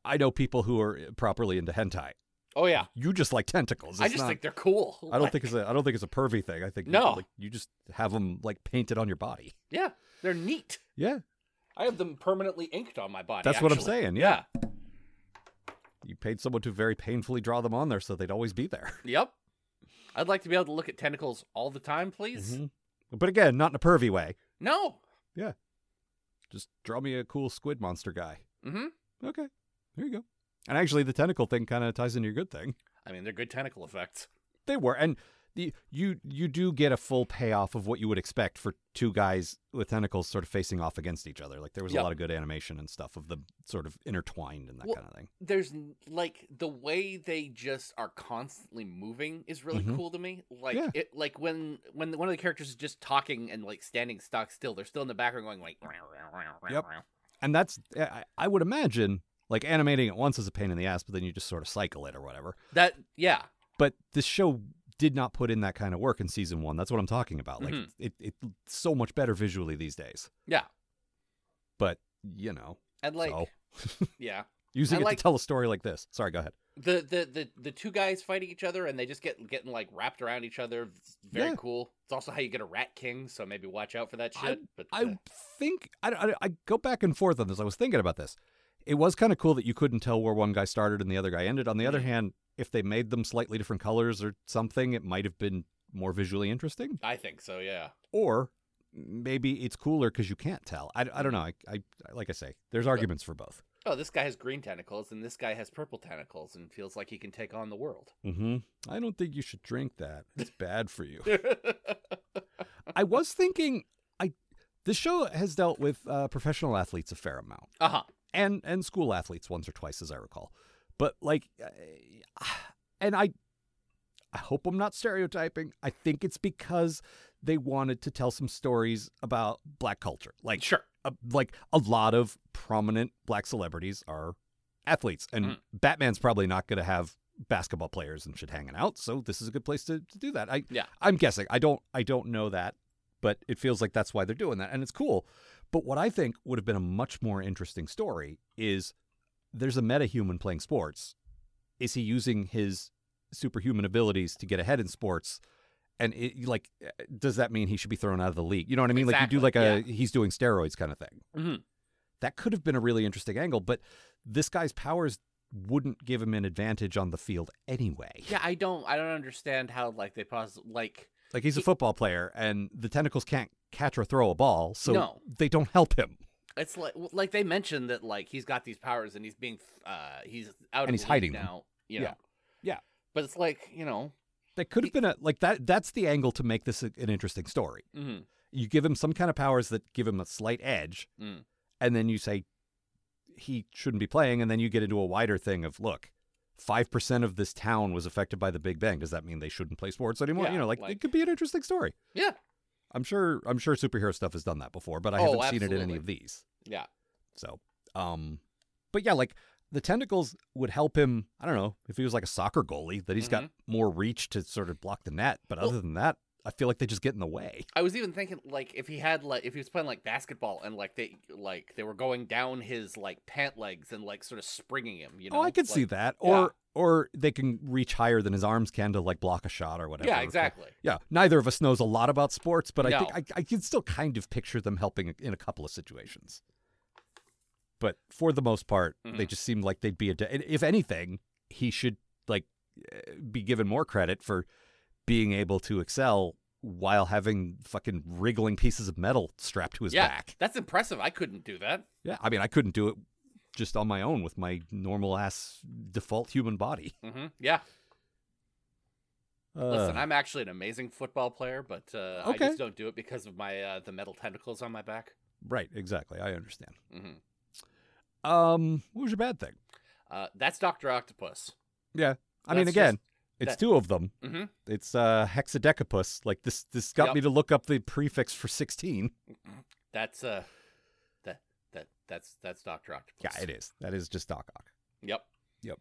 S3: I know people who are properly into hentai.
S4: Oh yeah,
S3: You just like tentacles.
S4: I
S3: It's
S4: just
S3: not-
S4: think they're cool.
S3: I don't
S4: Like,
S3: think it's a I don't think it's a pervy thing. I think you-
S4: No.
S3: like, you just have them like painted on your body.
S4: yeah, they're neat.
S3: Yeah,
S4: I have them permanently inked on my body.
S3: that's what I'm
S4: actually.
S3: saying. Yeah.
S4: Yeah.
S3: you paid someone to very painfully draw them on there, so they'd always be there.
S4: Yep. I'd like to be able to look at tentacles all the time, please.
S3: Mhm. But again, not in a pervy way.
S4: No.
S3: Just draw me a cool squid monster guy.
S4: hmm
S3: Okay, there you go. And actually, the tentacle thing kind of ties into your good thing.
S4: I mean, they're good tentacle effects.
S3: They were, and the, you you do get a full payoff of what you would expect for two guys with tentacles sort of facing off against each other. Like there was
S4: Yep.
S3: a lot of good animation and stuff of them sort of intertwined and that
S4: Well,
S3: kind of thing.
S4: There's n- like the way they just are constantly moving is really
S3: Mhm.
S4: cool to me. Like
S3: Yeah.
S4: it, like when when one of the characters is just talking and like standing stock still, they're still in the background going like. "Meow, meow, meow, meow,
S3: Yep.
S4: meow."
S3: and that's I, I would imagine like animating it once is a pain in the ass, but then you just sort of cycle it or whatever.
S4: That yeah.
S3: But this show did not put in that kind of work in season one. That's what I'm talking about. Like
S4: Mhm.
S3: it, it, it's so much better visually these days.
S4: Yeah.
S3: But you know,
S4: And like
S3: so
S4: yeah.
S3: using
S4: I
S3: it
S4: like-
S3: to tell a story like this. Sorry, go ahead.
S4: The, the the the two guys fighting each other and they just get getting like wrapped around each other. It's very
S3: Yeah.
S4: cool. It's also how you get a rat king, so maybe watch out for that
S3: I-
S4: shit. but uh,
S3: I think I, I, I go back and forth on this. I was thinking about this. It was kind of cool that you couldn't tell where one guy started and the other guy ended. On the other
S4: Mhm.
S3: hand, if they made them slightly different colors or something, it might have been more visually interesting.
S4: I think so. Yeah.
S3: or maybe it's cooler because you can't tell. I, I don't know. I, I like I say, there's arguments for both.
S4: Oh, this guy has green tentacles and this guy has purple tentacles and feels like he can take on the world.
S3: Mm-hmm. I don't think you should drink that. It's bad for you. I was thinking, I this show has dealt with uh, professional athletes a fair amount,
S4: Uh huh.
S3: and and school athletes once or twice, as I recall. But like, uh, and I, I hope I'm not stereotyping. I think it's because they wanted to tell some stories about black culture, like
S4: Sure.
S3: a, like a lot of prominent black celebrities are athletes and
S4: Mm.
S3: batman's probably not going to have basketball players and shit hanging out so this is a good place to, to do that i
S4: Yeah.
S3: i'm guessing i don't i don't know that but it feels like that's why they're doing that and it's cool but what i think would have been a much more interesting story is there's a meta human playing sports is he using his superhuman abilities to get ahead in sports and it, like eh, does that mean he should be thrown out of the league you know what i mean
S4: Exactly,
S3: like you do like a he's doing steroids kind of thing
S4: Mhm.
S3: that could have been a really interesting angle but this guy's powers wouldn't give him an advantage on the field anyway
S4: Yeah, I don't. I don't understand how like they pause. Like
S3: like he's a football player and the tentacles can't catch or throw a ball so
S4: No.
S3: they don't help him
S4: it's like like they mentioned that like he's got these powers and he's being uh he's out of
S3: And he's
S4: the league
S3: hiding them.
S4: now. You
S3: Yeah.
S4: know.
S3: Yeah.
S4: But it's like you know.
S3: that could have been a like that that's the angle to make this a- an interesting story
S4: mhm.
S3: you give him some kind of powers that give him a slight edge
S4: Mm.
S3: and then you say he shouldn't be playing and then you get into a wider thing of look 5% of this town was affected by the big bang does that mean they shouldn't play sports anymore
S4: Yeah,
S3: you know like,
S4: like-
S3: it could be an interesting story
S4: Yeah.
S3: i'm sure i'm sure superhero stuff has done that before but i
S4: Oh,
S3: haven't seen it in any
S4: absolutely.
S3: of these
S4: Yeah.
S3: so um but yeah like the tentacles would help him i don't know if he was like a soccer goalie that he's got more reach to sort of block the net but
S4: Mm-hmm. Well-
S3: other than that i feel like they just get in the way
S4: I was even thinking like if he had like if he was playing like basketball and like they like they were going down his like pant legs and like sort of springing him. You know.
S3: oh, I could see
S4: Like-
S3: that.
S4: yeah.
S3: Or or they can reach higher than his arms can to like block a shot or whatever.
S4: Yeah. Exactly.
S3: Yeah, neither of us knows a lot about sports, but I
S4: No.
S3: think I, I can still kind of picture them helping in a couple of situations. But for the most part, they
S4: Mhm.
S3: just seemed like they'd be a. De- if anything, he should like eh, be given more credit for being able to excel while having fucking wriggling pieces of metal strapped to his
S4: yeah,
S3: back.
S4: that's impressive. I couldn't do that.
S3: Yeah, I mean, I couldn't do it just on my own with my normal ass default human body.
S4: hmm Yeah.
S3: Uh,
S4: Listen, I'm actually an amazing football player, but uh, I
S3: Okay.
S4: just don't do it because of my uh, the metal tentacles on my back.
S3: right, exactly. I understand.
S4: hmm
S3: Um, what was your bad thing?
S4: Uh, that's Doctor Octopus.
S3: Yeah, I mean,
S4: That's
S3: again, it's
S4: that-
S3: two of them.
S4: hmm
S3: It's uh hexadecapus. Like this, this got
S4: Yep.
S3: me to look up the prefix for sixteen.
S4: That's uh, that that that's that's Doctor
S3: Yeah,
S4: Octopus.
S3: it is. That is just Doc Ock.
S4: Yep.
S3: Yep.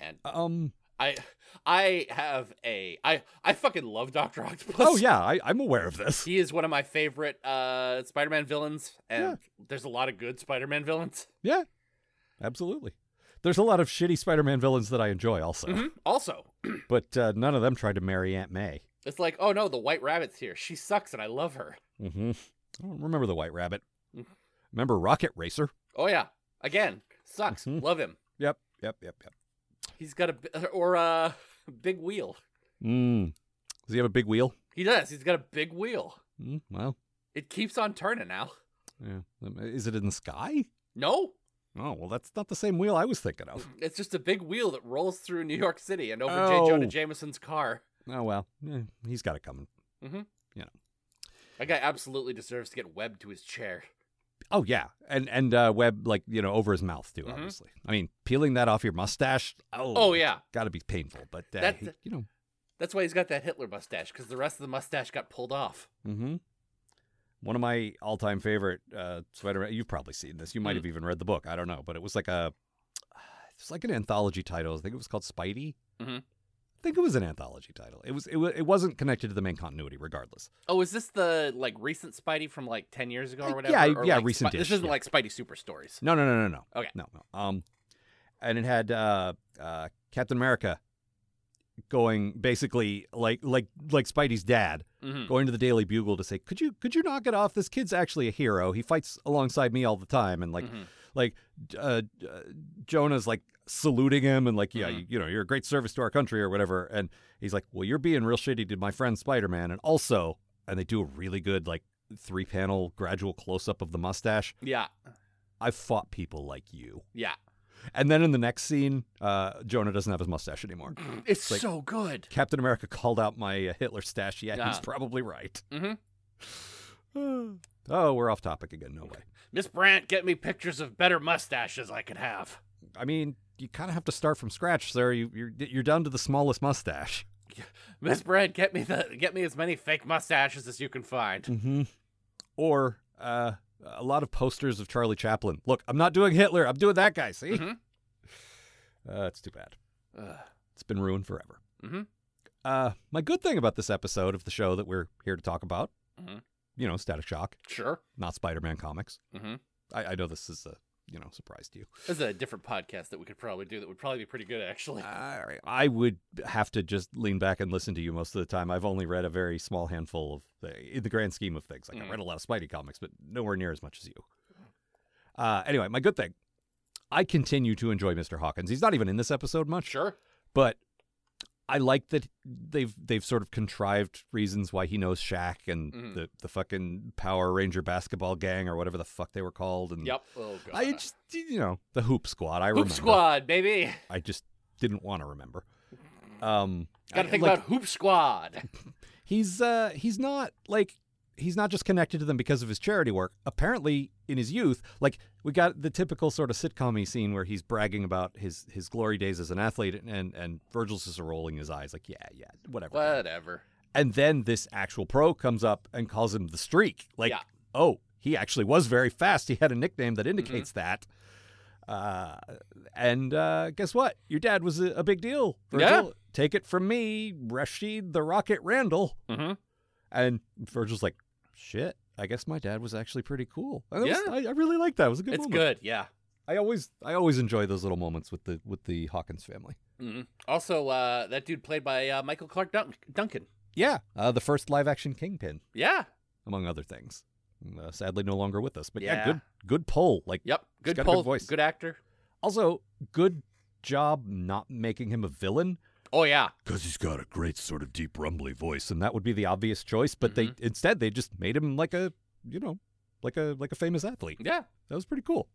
S4: And
S3: Um.
S4: I I have a I I fucking love Doctor Octopus.
S3: Oh yeah, I, I'm aware of this.
S4: He is one of my favorite uh Spider-Man villains, and there's a lot of good Spider-Man villains.
S3: Yeah, absolutely. There's a lot of shitty Spider-Man villains that I enjoy also,
S4: Mm-hmm. Also,
S3: but uh, none of them tried to marry Aunt May.
S4: it's like, oh no, the White Rabbit's here. She sucks, and I love her.
S3: Mm-hmm. I don't remember the White Rabbit.
S4: Mm-hmm.
S3: Remember Rocket Racer?
S4: Oh yeah, again, sucks.
S3: Mhm.
S4: Love him.
S3: Yep, yep, yep, yep.
S4: He's got a bi- or a big wheel.
S3: Mm. Does he have a big wheel?
S4: He does. He's got a big wheel.
S3: Mm, well,
S4: It keeps on turning now.
S3: yeah. Um, Is it in the sky?
S4: No,
S3: Oh well, that's not the same wheel I was thinking of.
S4: it's just a big wheel that rolls through New York City and over
S3: Oh.
S4: J. Jonah Jameson's car.
S3: Oh well, eh, he's got it coming.
S4: That guy absolutely deserves to get webbed to his chair.
S3: Oh yeah, and and uh, web like you know over his mouth too.
S4: Mhm.
S3: Obviously, I mean peeling that off your mustache. Oh,
S4: Oh yeah,
S3: got to be painful. But uh,
S4: That's-
S3: he- you know,
S4: that's why he's got that Hitler mustache because the rest of the mustache got pulled off.
S3: hmm one of my all-time favorite uh, Spider-Man. You've probably seen this. You might
S4: Mm-hmm.
S3: have even read the book. I don't know, but it was like a it's like an anthology title. I think it was called Spidey.
S4: Mhm.
S3: I think it was an anthology title. It was it, wa it wasn't connected to the main continuity, regardless.
S4: Oh, is this the like recent Spidey from like ten years ago
S3: Uh,
S4: or whatever?
S3: yeah,
S4: Or,
S3: yeah,
S4: like, Spi-
S3: recent-ish,
S4: This isn't
S3: yeah.
S4: like Spidey Super Stories.
S3: No, no, no, no, no.
S4: Okay.
S3: no, no. Um, and it had uh, uh, Captain America going basically like like like Spidey's dad
S4: Mm-hmm.
S3: going to the Daily Bugle to say, "Could you could you knock it off? This kid's actually a hero. He fights alongside me all the time." And like like uh, uh, Jonah's like saluting him and like, "Yeah,
S4: Mhm.
S3: you, you know, you're a great service to our country or whatever." And he's like, "Well, you're being real shitty to my friend Spider Man." And also, and they do a really good like three panel gradual close up of the mustache.
S4: Yeah,
S3: I've fought people like you.
S4: yeah,
S3: And then in the next scene, uh, Jonah doesn't have his mustache anymore.
S4: it's
S3: like-
S4: so good.
S3: Captain America called out my uh, Hitler stash. Yeah, he's
S4: Ah.
S3: probably right.
S4: Mm-hmm.
S3: oh, we're off topic again. No way.
S4: Miss Brandt, get me pictures of better mustaches I could have.
S3: I mean, you kind of have to start from scratch, sir. You, you're you're down to the smallest mustache.
S4: Miss Brandt, get me the get me as many fake mustaches as you can find.
S3: Mm-hmm. Or uh, a lot of posters of Charlie Chaplin. Look, I'm not doing Hitler. I'm doing that guy. See,
S4: Mhm.
S3: uh, it's too bad.
S4: Ugh.
S3: It's been ruined forever.
S4: Mhm.
S3: Uh, my good thing about this episode of the show that we're here to talk about,
S4: Mhm.
S3: you know, Static Shock,
S4: Sure.
S3: not Spider-Man comics.
S4: Mm-hmm.
S3: I, I know this is a you know surprise to you.
S4: This is a different podcast that we could probably do that would probably be pretty good actually.
S3: All right, I would have to just lean back and listen to you most of the time. I've only read a very small handful of the, in the grand scheme of things. Like I
S4: Mm.
S3: read a lot of Spidey comics, but nowhere near as much as you. Uh, anyway, my good thing, I continue to enjoy Mr. Hawkins. He's not even in this episode much,
S4: Sure.
S3: but I like that they've they've sort of contrived reasons why he knows Shaq and
S4: Mhm.
S3: the the fucking Power Ranger basketball gang or whatever the fuck they were called. And
S4: Yep. Oh god.
S3: Hmm. I just you know the Hoop Squad. I
S4: Hoop
S3: remember.
S4: Squad, baby.
S3: I just didn't want to remember. Um,
S4: Got to
S3: I-
S4: think
S3: like,
S4: about Hoop Squad.
S3: he's uh he's not like he's not just connected to them because of his charity work. Apparently, in his youth, like we got the typical sort of sitcom scene where he's bragging about his his glory days as an athlete, and and Virgil's just rolling his eyes like, yeah, yeah, whatever.
S4: Whatever.
S3: And then this actual pro comes up and calls him the streak. Like,
S4: Yeah. Mm-hmm.
S3: oh, he actually was very fast. He had a nickname that indicates that. Uh, and uh, guess what? Your dad was a, a big deal.
S4: Yeah.
S3: Virgil, Take it from me, Rashid the Rocket Randall.
S4: Mhm.
S3: And Virgil's like, shit. I guess my dad was actually pretty cool. And it was-
S4: Yeah.
S3: I, I really like that. It was a good
S4: It's
S3: moment.
S4: good, yeah.
S3: I always, I always enjoy those little moments with the with the Hawkins family.
S4: Mhm. Also, uh, that dude played by uh, Michael Clark Dun- Duncan.
S3: Yeah, uh, the first live action Kingpin.
S4: Yeah.
S3: among other things. Uh, sadly, no longer with us. But yeah,
S4: Yeah.
S3: good good poll. Like
S4: Yep. Good
S3: got a good
S4: poll.
S3: voice.
S4: Good actor.
S3: also good job not making him a villain
S4: Oh yeah.
S3: because he's got a great sort of deep rumbly voice, and that would be the obvious choice. But
S4: Mm-hmm.
S3: they instead they just made him like a you know like a like a famous athlete.
S4: Yeah.
S3: That was pretty cool.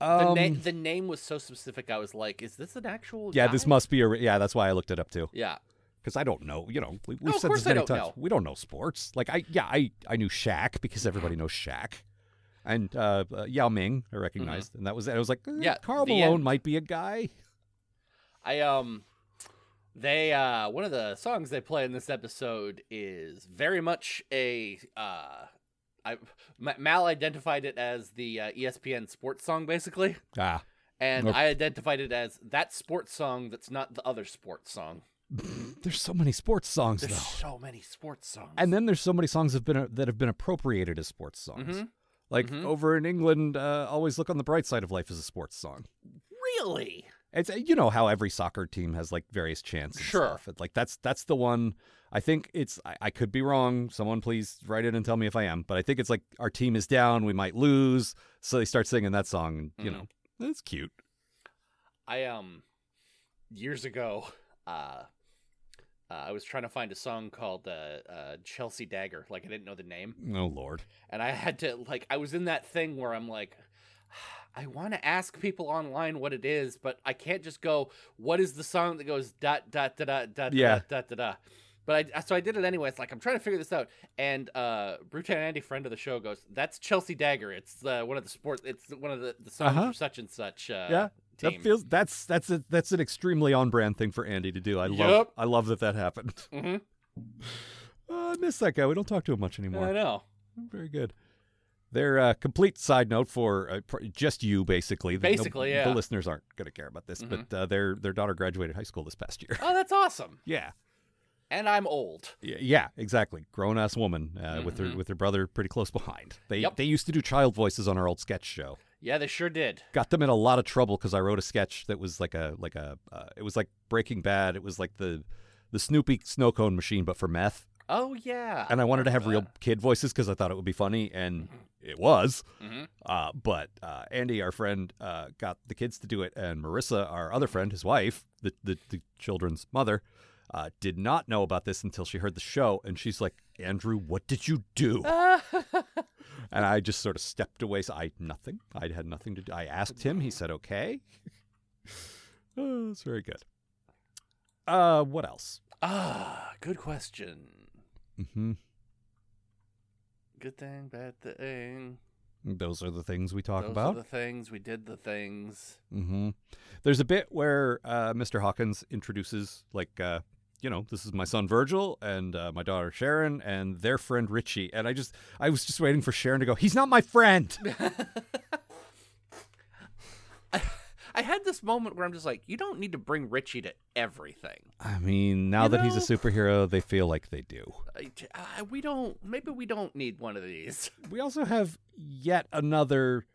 S4: The,
S3: Um,
S4: na- the name was so specific. I was like, "Is this an actual?"
S3: yeah, this
S4: guy?
S3: must be a re- yeah. That's why I looked it up too.
S4: Yeah.
S3: because I don't know. You know, we, we've
S4: No, of
S3: said
S4: course
S3: this
S4: I
S3: many
S4: don't
S3: times.
S4: know.
S3: We don't know sports. Like I, yeah, I, I knew Shaq because everybody knows Shaq, and uh, uh, Yao Ming I recognized, and that was it. I was like, eh,
S4: Mm-hmm. Yeah,
S3: Carl
S4: the
S3: Malone
S4: end.
S3: might be a guy.
S4: I um, they uh, one of the songs they play in this episode is very much a uh I Ma- Mal identified it as the uh, ESPN sports song, basically,
S3: Ah,
S4: and
S3: Okay.
S4: I identified it as that sports song that's not the other sports song.
S3: there's so many sports songs
S4: There's
S3: though.
S4: so many sports songs.
S3: And then there's so many songs have been uh, that have been appropriated as sports songs.
S4: Mm-hmm.
S3: Like over in England, uh, "Always Look on the Bright Side of Life" is a sports song.
S4: really,
S3: It's uh, you know how every soccer team has like various chants. and
S4: Sure.
S3: stuff. It- Like that's that's the one. I think it's. I, I could be wrong. Someone please write in and tell me if I am. But I think it's like our team is down. We might lose. So they start singing that song. And, you
S4: Mhm.
S3: know, that's cute.
S4: I um years ago, uh, uh I was trying to find a song called uh, uh Chelsea Dagger. Like I didn't know the name,
S3: Oh Lord.
S4: and I had to like I was in that thing where I'm like. I want to ask people online what it is, but I can't just go. What is the song that goes dot dot dot dot dot
S3: Yeah.
S4: dot dot dot? dot. But I so I did it anyway. It's like I'm trying to figure this out. And uh, Brutan Andy, friend of the show, goes, "That's Chelsea Dagger. It's uh, one of the sports. It's one of the, the songs
S3: Uh-huh.
S4: for such and such." Uh,
S3: Yeah,
S4: team.
S3: That feels that's that's a, that's an extremely on brand thing for Andy to do. I love
S4: Yup.
S3: I love that that happened.
S4: Mhm.
S3: Uh, I miss that guy. We don't talk to him much anymore.
S4: I know.
S3: Very good. Their uh, complete side note for uh, pr- just you, basically. The- no-
S4: Basically, yeah. Mm-hmm.
S3: The listeners aren't going to care about this, but uh, their their daughter graduated high school this past year.
S4: Oh, that's awesome.
S3: yeah,
S4: And I'm old.
S3: yeah, yeah, exactly. Grown ass woman uh, with her with her brother pretty close behind. They
S4: Mm-hmm. Yep.
S3: they used to do child voices on our old sketch show.
S4: Yeah, they sure did.
S3: Got them in a lot of trouble because I wrote a sketch that was like a like a uh, it was like Breaking Bad. It was like the the Snoopy snow cone machine, but for meth.
S4: Oh yeah.
S3: and I wanted to have real kid voices because I thought it would be funny, and
S4: Mm-hmm.
S3: it was.
S4: Mhm.
S3: Uh, but uh, Andy, our friend, uh, got the kids to do it, and Marissa, our other friend, his wife, the the, the children's mother, uh, did not know about this until she heard the show, and she's like, "Andrew, what did you do?" and I just sort of stepped away. So I nothing. I had nothing to do. I asked him. He said, "Okay." oh, that's very good. Uh, what else?
S4: Ah, good question.
S3: hmm
S4: Good thing, bad thing.
S3: Those are the things we talk
S4: Those
S3: about.
S4: are the things we did. The things.
S3: hmm There's a bit where uh, Mr. Hawkins introduces, like, uh, you know, this is my son Virgil and uh, my daughter Sharon and their friend Richie. And I just, I was just waiting for Sharon to go, he's not my friend.
S4: I had this moment where I'm just like, you don't need to bring Richie to everything.
S3: I mean, now
S4: You
S3: that he's a
S4: know-
S3: superhero, they feel like they do.
S4: I, I- we don't. Maybe we don't need one of these.
S3: We also have yet another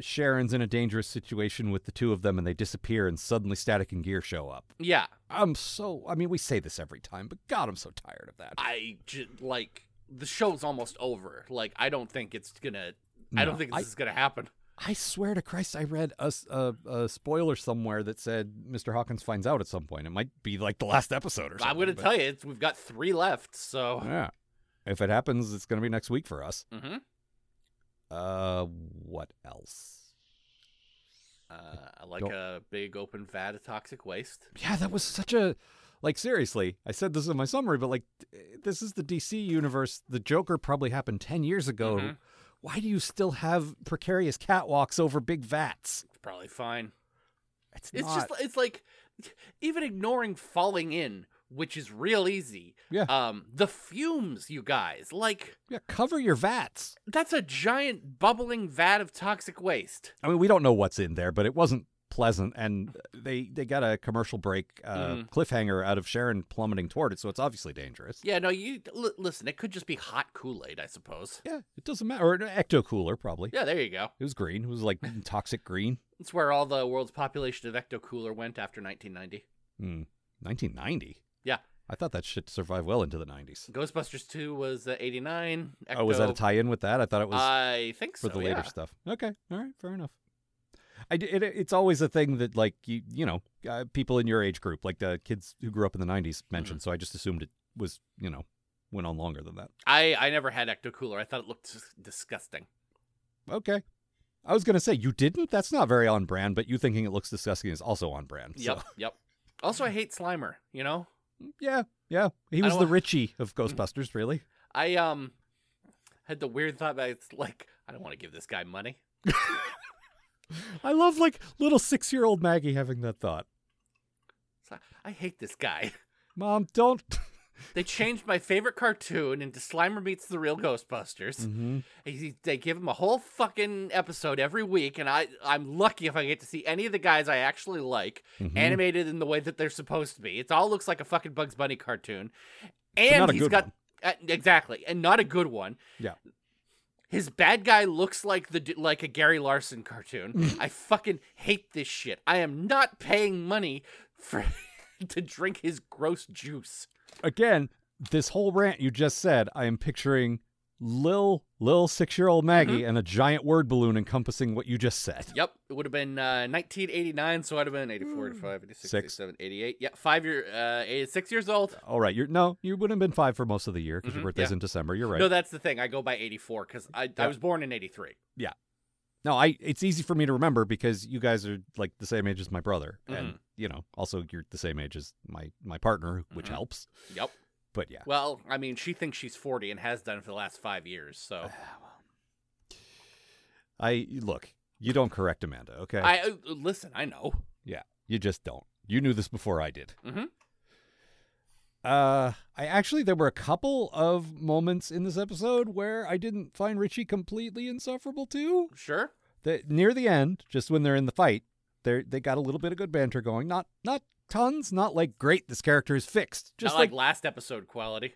S3: Sharon's in a dangerous situation with the two of them and they disappear and suddenly Static and Gear show up.
S4: Yeah.
S3: I'm so, I mean, we say this every time, but God, I'm so tired of that.
S4: I j- like the show's almost over. Like I don't think it's gonna.
S3: No,
S4: I don't think this
S3: I-
S4: is gonna happen.
S3: I swear to Christ, I read a, s- a- a spoiler somewhere that said Mr. Hawkins finds out at some point. It might be like the last episode or something.
S4: I'm gonna
S3: but-
S4: tell you, it's, we've got three left. So
S3: Yeah. If it happens, it's going to be next week for us.
S4: hmm
S3: Uh, what else?
S4: uh, I like
S3: Don't-
S4: a big open vat of toxic waste.
S3: Yeah, that was such a like seriously. I said this in my summary, but like eh, this is the DC universe. The Joker probably happened ten years ago.
S4: Mhm.
S3: Why do you still have precarious catwalks over big vats?
S4: It's probably fine.
S3: It's,
S4: It's
S3: not...
S4: just it's like even ignoring falling in, which is real easy.
S3: Yeah.
S4: Um, the fumes, you guys, like
S3: yeah, cover your vats.
S4: that's a giant bubbling vat of toxic waste.
S3: I mean, we don't know what's in there, but it wasn't pleasant. And they they got a commercial break uh,
S4: Mhm.
S3: cliffhanger out of Sharon plummeting toward it, so it's obviously dangerous.
S4: Yeah. No, you l- listen. It could just be hot Kool Aid, I suppose.
S3: Yeah, it doesn't matter. Or an ecto cooler, probably.
S4: Yeah. There you go.
S3: It was green. It was like toxic green.
S4: It's where all the world's population of Ecto Cooler went after 1990.
S3: Hmm. 1990.
S4: Yeah.
S3: I thought that shit survived well into the 90s.
S4: Ghostbusters 2 was uh, 89. Ecto,
S3: Oh, was that a tie-in with that? I thought it was
S4: I think
S3: for
S4: so.
S3: the later
S4: yeah.
S3: stuff. Okay, all right, fair enough. I d it, it's always a thing that like you you know uh, people in your age group like the kids who grew up in the 90s mentioned. So I just assumed it was you know went on longer than that.
S4: I, I never had Ecto Cooler. I thought it looked dis- disgusting.
S3: Okay. I was gonna say you didn't. That's not very on brand, but you thinking it looks disgusting is also on brand. so-
S4: Yep. Yep. Also, I hate Slimer, you know?
S3: Yeah. Yeah. He
S4: I
S3: was
S4: don't
S3: the
S4: wa-
S3: Richie of Ghostbusters, really.
S4: I um had the weird thought that it's like, I don't want to give this guy money.
S3: I love like little six-year-old Maggie having that thought.
S4: It's like, I hate this guy.
S3: Mom, don't.
S4: They changed my favorite cartoon into Slimer meets the real Ghostbusters.
S3: Mm-hmm.
S4: He- They give him a whole fucking episode every week, and I I'm lucky if I get to see any of the guys I actually like
S3: Mm-hmm.
S4: animated in the way that they're supposed to be. It all looks like a fucking Bugs Bunny cartoon, and
S3: not a
S4: he's
S3: good
S4: got
S3: one.
S4: uh, exactly, and not a good one.
S3: Yeah.
S4: His bad guy looks like the d- like a Gary Larson cartoon. I fucking hate this shit. I am not paying money for to drink his gross juice.
S3: Again, this whole rant you just said, I am picturing lil lil six year old Maggie
S4: Mm-hmm.
S3: and a giant word balloon encompassing what you just said.
S4: Yep, it would have been uh, 1989, so I'd have been 84, 85, 86,
S3: Mm. Six.
S4: 87, 88. Yeah, five year, uh, eight- six years old.
S3: All right, you're no, you wouldn't have been five for most of the year because
S4: Mhm,
S3: your birthday's
S4: yeah.
S3: in December. You're right.
S4: No, that's the thing. I go by 84 because I, I
S3: Yeah.
S4: was born in 83.
S3: No, I it's easy for me to remember because you guys are like the same age as my brother, and
S4: Mhm.
S3: you know, also you're the same age as my my partner, which
S4: Mhm.
S3: helps.
S4: Yep.
S3: But yeah,
S4: Well, I mean, she thinks she's 40 and has done for the last five years. So
S3: I look. You don't correct Amanda, okay?
S4: I uh, listen. I know.
S3: you just don't. You knew this before I did.
S4: Mhm.
S3: Uh, I actually there were a couple of moments in this episode where I didn't find Richie completely insufferable too.
S4: Sure.
S3: the, near the end, just when they're in the fight, they they got a little bit of good banter going. Not not tons, not like great. This character is fixed. Just
S4: Just
S3: like,
S4: like, last episode quality.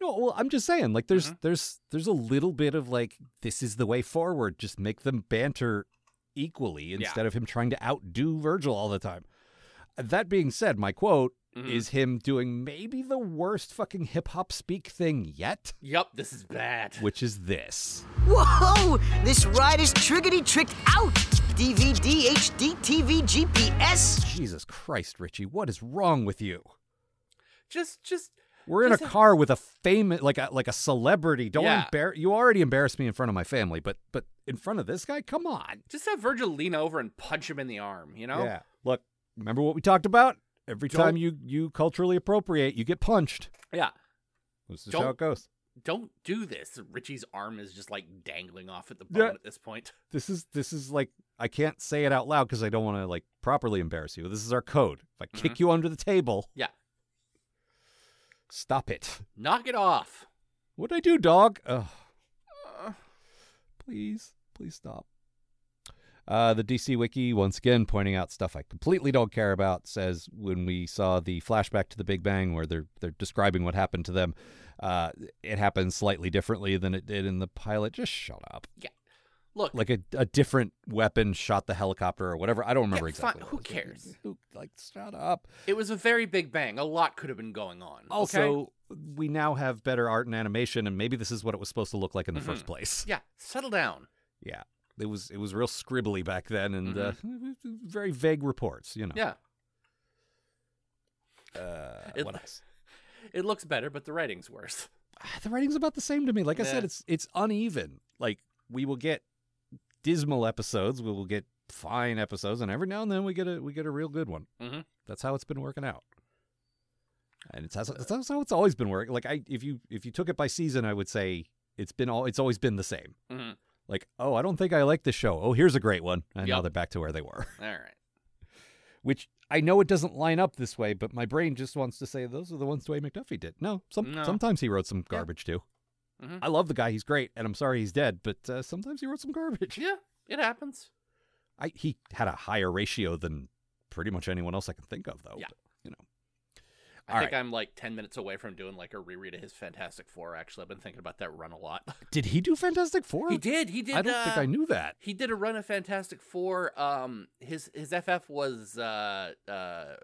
S3: no, well, I'm just saying, like there's
S4: Mm-hmm.
S3: there's there's a little bit of like this is the way forward. Just make them banter equally
S4: Yeah.
S3: instead of him trying to outdo Virgil all the time. That being said, my quote
S4: Mhm.
S3: is him doing maybe the worst fucking hip hop speak thing yet,
S4: Yep. This is bad.
S3: which is this.
S5: Whoa! This ride is triggity tricked out! DVD, HD, TV, GPS.
S3: Jesus Christ, Richie, what is wrong with you?
S4: Just, just.
S3: We're in a
S4: Just a-
S3: car with a famous, like a like a celebrity. Don't
S4: Yeah.
S3: embarrass. You already embarrassed me in front of my family, but but in front of this guy, come on.
S4: Just have Virgil lean over and punch him in the arm, you know?
S3: Yeah. Look, remember what we talked about? Every
S4: Don't-
S3: time you you culturally appropriate, you get punched.
S4: Yeah.
S3: This is
S4: Don't-
S3: how it goes.
S4: Don't do this. Richie's arm is just like dangling off at the bone
S3: Yeah.
S4: at this point.
S3: This is this is like I can't say it out loud because I don't want to like properly embarrass you. This is our code. If
S4: Mm-hmm.
S3: I kick you under the table,
S4: Yeah.
S3: stop it.
S4: Knock it off.
S3: What'd I do, dog? Ugh. Please, please stop. Uh, the DC Wiki, once again, pointing out stuff I completely don't care about, says when we saw the flashback to the Big Bang where they're, they're describing what happened to them, uh, it happened slightly differently than it did in the pilot. Just shut up.
S4: Look,
S3: Like a, a different weapon shot the helicopter or whatever. I don't remember
S4: Yeah, fine.
S3: exactly. what
S4: Who
S3: it was.
S4: cares?
S3: Who- Like, shut up.
S4: it was a very big bang. A lot could have been going on. okay?
S3: Also, we now have better art and animation, and maybe this is what it was supposed to look like in the
S4: Mm-hmm.
S3: first place.
S4: yeah, settle down.
S3: Yeah. It was it was real scribbly back then and uh, very vague reports, you know.
S4: Mm-hmm. Yeah,
S3: Uh,
S4: It-
S3: what else?
S4: it looks better, but the writing's worse.
S3: Ah, The writing's about the same to me. Like I
S4: Yeah.
S3: said, it's it's uneven. Like we will get dismal episodes, we will get fine episodes, and every now and then we get a we get a real good one.
S4: Mhm.
S3: That's how it's been working out. And it's how, that's how it's always been working. Like I, if you if you took it by season, I would say it's been all it's always been the same.
S4: Mhm.
S3: Like oh, I don't think I like this show. Oh, here's a great one, and now
S4: Yep.
S3: they're back to where they were.
S4: All right.
S3: which I know it doesn't line up this way, but my brain just wants to say those are the ones Dwayne McDuffie did. No, some,
S4: No.
S3: sometimes he wrote some garbage too.
S4: Mhm.
S3: I love the guy; he's great, and I'm sorry he's dead, but uh, sometimes he wrote some garbage.
S4: Yeah, it happens.
S3: I, he had a higher ratio than pretty much anyone else I can think of, though.
S4: Yeah.
S3: you know,
S4: I
S3: All
S4: think
S3: right.
S4: I'm like ten minutes away from doing like a reread of his Fantastic Four. Actually, I've been thinking about that run a lot.
S3: did he do Fantastic Four?
S4: he did. He did.
S3: I don't think
S4: uh,
S3: I knew that.
S4: He did a run of Fantastic Four. Um, his his FF was uh uh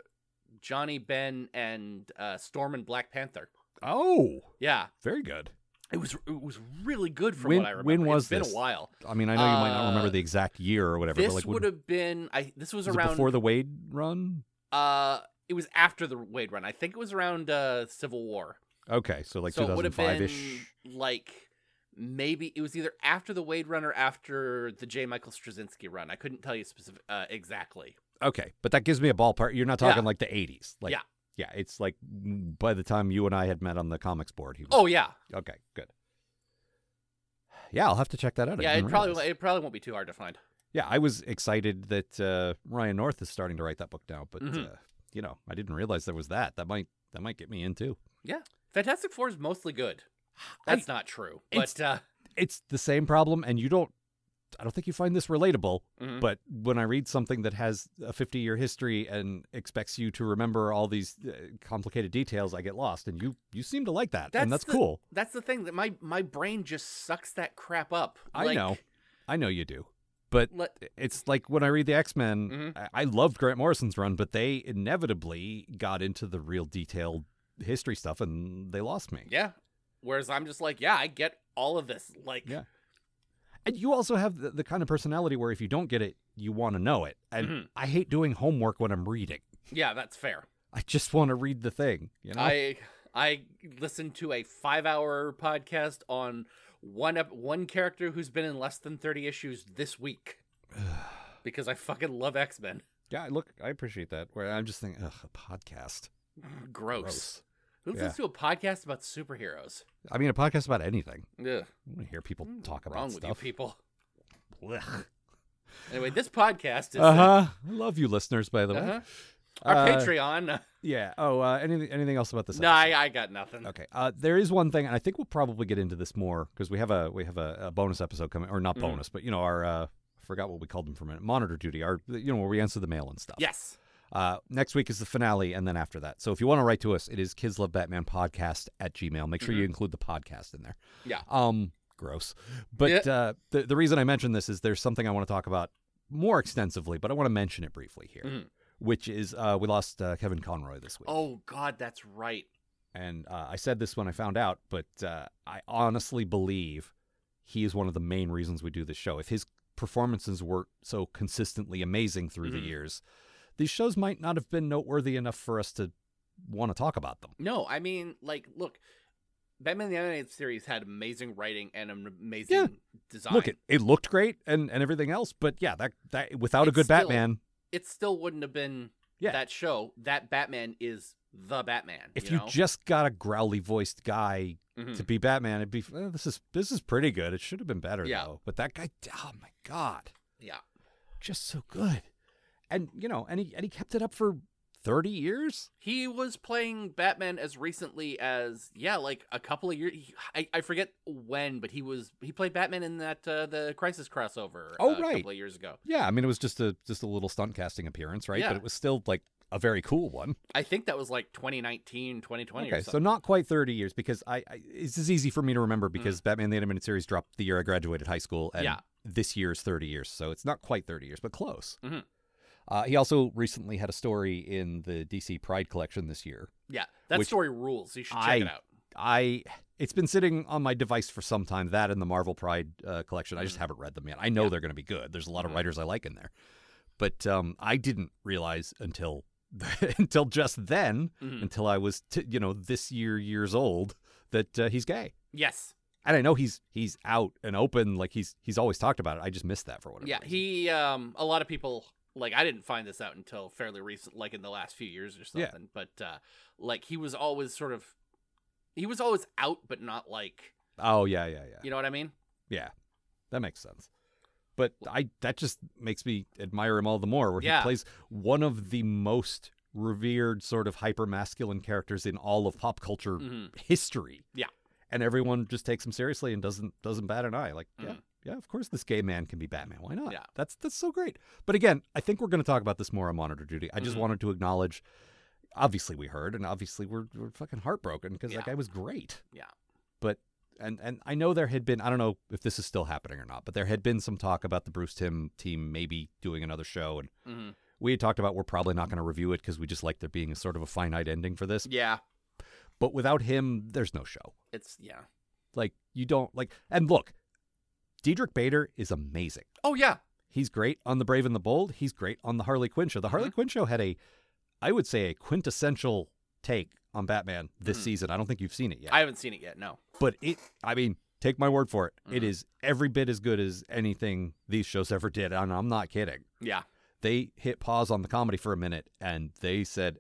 S4: Johnny Ben and uh Storm and Black Panther.
S3: Oh,
S4: Yeah,
S3: very good.
S4: it was it was really good from
S3: When-
S4: what I remember.
S3: when was
S4: it's been
S3: this?
S4: a while.
S3: I mean, I know you might not remember
S4: Uh,
S3: the exact year or whatever,
S4: this
S3: but like when-
S4: would have been I this was,
S3: was it
S4: around
S3: before the Wade run.
S4: uh it was after the Wade run. I think it was around uh Civil War.
S3: Okay, so like
S4: so it would have
S3: 2005
S4: been
S3: ish.
S4: like maybe it was either after the Wade run or after the J Michael Straczynski run. I couldn't tell you specific uh, exactly.
S3: Okay, but that gives me a ballpark. You're not
S4: Yeah.
S3: talking like the 80s. Like,
S4: Yeah.
S3: Yeah, it's like mm, by the time you and I had met on the comics board, he was.
S4: Oh yeah.
S3: Okay, good. Yeah, I'll have to check that out. I
S4: Yeah, it
S3: didn't
S4: probably
S3: realize.
S4: it probably won't be too hard to find.
S3: Yeah, I was excited that uh, Ryan North is starting to write that book now, but
S4: Mhm.
S3: uh, you know, I didn't realize there was that. That might that might get me in too.
S4: Yeah. Fantastic Four is mostly good. That's not true. But
S3: it's-
S4: uh,
S3: It's the same problem, and you don't. I don't think you find this relatable,
S4: Mhm.
S3: but when I read something that has a 50 year history and expects you to remember all these uh, complicated details, I get lost. And you you seem to like that,
S4: that's
S3: and that's
S4: the-
S3: cool.
S4: That's the thing that my my brain just sucks that crap up.
S3: I
S4: Like,
S3: know, I know you do, but
S4: Let,
S3: it's like when I read the X Men,
S4: Mm-hmm.
S3: I-, I loved Grant Morrison's run, but they inevitably got into the real detailed history stuff, and they lost me.
S4: yeah. Whereas I'm just like, yeah, I get all of this. Like,
S3: Yeah. And you also have the, the kind of personality where if you don't get it, you want to know it. And
S4: Mm-hmm.
S3: I hate doing homework when I'm reading.
S4: yeah, that's fair.
S3: I just want to read the thing. You know,
S4: I I listened to a five hour podcast on one ep- one character who's been in less than thirty issues this week because I fucking love X Men.
S3: yeah. I Look, I appreciate that. Where I'm just thinking, ugh, a podcast.
S4: Gross.
S3: Gross.
S4: Who listens to a podcast about superheroes?
S3: I mean, a podcast about anything.
S4: Yeah,
S3: I want to hear people talk about
S4: Mm, wrong with you
S3: stuff.
S4: people.
S3: Blech.
S4: Anyway, this podcast is uh,
S3: Uh huh. I love you, listeners. By the way.
S4: Uh-huh. our
S3: Uh,
S4: Patreon.
S3: Yeah. Oh, uh, anything? Anything else about this?
S4: No,
S3: episode?
S4: I, I got nothing.
S3: Okay. Uh, there is one thing, and I think we'll probably get into this more because we have a we have a, a bonus episode coming, or not
S4: Mm.
S3: bonus, but you know our uh, I forgot what we called them for a minute, monitor duty, our you know where we answer the mail and stuff.
S4: Yes.
S3: Uh, next week is the finale, and then after that. So if you want to write to us, it is kids love Batman podcast at gmail. Make sure you include the podcast in there.
S4: Yeah.
S3: Um, gross. But
S4: Yeah.
S3: uh, the the reason I mention this is there's something I want to talk about more extensively, but I want to mention it briefly here, which is uh, we lost uh, Kevin Conroy this week
S4: Oh God, that's right.
S3: and uh, I said this when I found out, but uh, I honestly believe he is one of the main reasons we do this show. If his performances were so consistently amazing through
S4: Mm-hmm.
S3: the years, these shows might not have been noteworthy enough for us to want to talk about them.
S4: No, I mean, like, look, Batman the Animated Series had amazing writing and an amazing
S3: Yeah.
S4: design.
S3: Look, it, it looked great and, and everything else, but yeah, that that without a
S4: It's
S3: good
S4: still-
S3: Batman,
S4: it still wouldn't have been
S3: Yeah.
S4: that show. That Batman is the Batman.
S3: if you
S4: you, know?
S3: just got a growly voiced guy
S4: Mhm.
S3: to be Batman, it'd be "Eh, this is this is pretty good. It should have been better
S4: Yeah.
S3: though. But that guy, oh my god.
S4: yeah,
S3: just so good. And you know, and he and he kept it up for thirty years.
S4: he was playing Batman as recently as yeah, like a couple of years. he- I, I forget when, but he was he played Batman in that uh, the Crisis crossover.
S3: Oh,
S4: uh, a
S3: right.
S4: couple of years ago.
S3: Yeah, I mean, it was just a just a little stunt casting appearance, right?
S4: Yeah.
S3: But it was still like a very cool one.
S4: I think that was like 2019, 2020 or
S3: Okay, so
S4: something.
S3: not quite thirty years because I, I this is easy for me to remember because Batman the Animated Series dropped the year I graduated high school, and
S4: Yeah.
S3: this year's thirty years, so it's not quite thirty years, but close.
S4: Mhm.
S3: Uh, he also recently had a story in the DC Pride collection this year.
S4: yeah, that
S3: which
S4: story rules. You should check it
S3: I-
S4: out.
S3: I it's been sitting on my device for some time. That and the Marvel Pride uh, collection. I just
S4: Mm-hmm.
S3: haven't read them yet. I know they're going to be good. There's a lot of writers I like in there, but um, I didn't realize until until just then,
S4: Mm-hmm.
S3: until I was t- you know this year years old that uh, he's gay.
S4: Yes.
S3: And I know he's he's out and open. Like he's he's always talked about it. I just missed that for whatever.
S4: Yeah,
S3: reason.
S4: he um a lot of people like I didn't find this out until fairly recent like in the last few years or
S3: Yeah.
S4: something, but uh like he was always sort of he was always out but not like,
S3: Oh yeah yeah yeah.
S4: you know what I mean?
S3: Yeah, that makes sense. But I that just makes me admire him all the more. Where
S4: Yeah.
S3: he plays one of the most revered sort of hyper masculine characters in all of pop culture
S4: Mm-hmm.
S3: history.
S4: Mm. Yeah.
S3: and everyone just takes him seriously and doesn't doesn't bat an eye. Like yeah. Yeah, of course, this gay man can be Batman. Why not?
S4: Mm. Yeah.
S3: that's that's so great. But again, I think we're going to talk about this more on Monitor Duty. I just
S4: Mm-hmm.
S3: wanted to acknowledge. Obviously, we heard, and obviously, we're, we're fucking heartbroken because that
S4: Yeah.
S3: guy was great
S4: Yeah.
S3: but and and I know there had been I don't know if this is still happening or not, but there had been some talk about the Bruce Tim team maybe doing another show, and
S4: Mhm.
S3: we had talked about we're probably not going to review it because we just like there being a sort of a finite ending for this.
S4: Yeah.
S3: But without him, there's no show.
S4: It's yeah.
S3: Like you don't like and look, Diedrich Bader is amazing.
S4: Oh yeah.
S3: He's great on the Brave and the Bold. He's great on the Harley Quinn show. The Harley Quinn show had a, I would say, a quintessential take on Batman this season. I don't think you've seen it yet.
S4: I haven't seen it yet, no.
S3: but it i mean take my word for it It is every bit as good as anything these shows ever did and i'm not kidding
S4: Yeah.
S3: they hit pause on the comedy for a minute and they said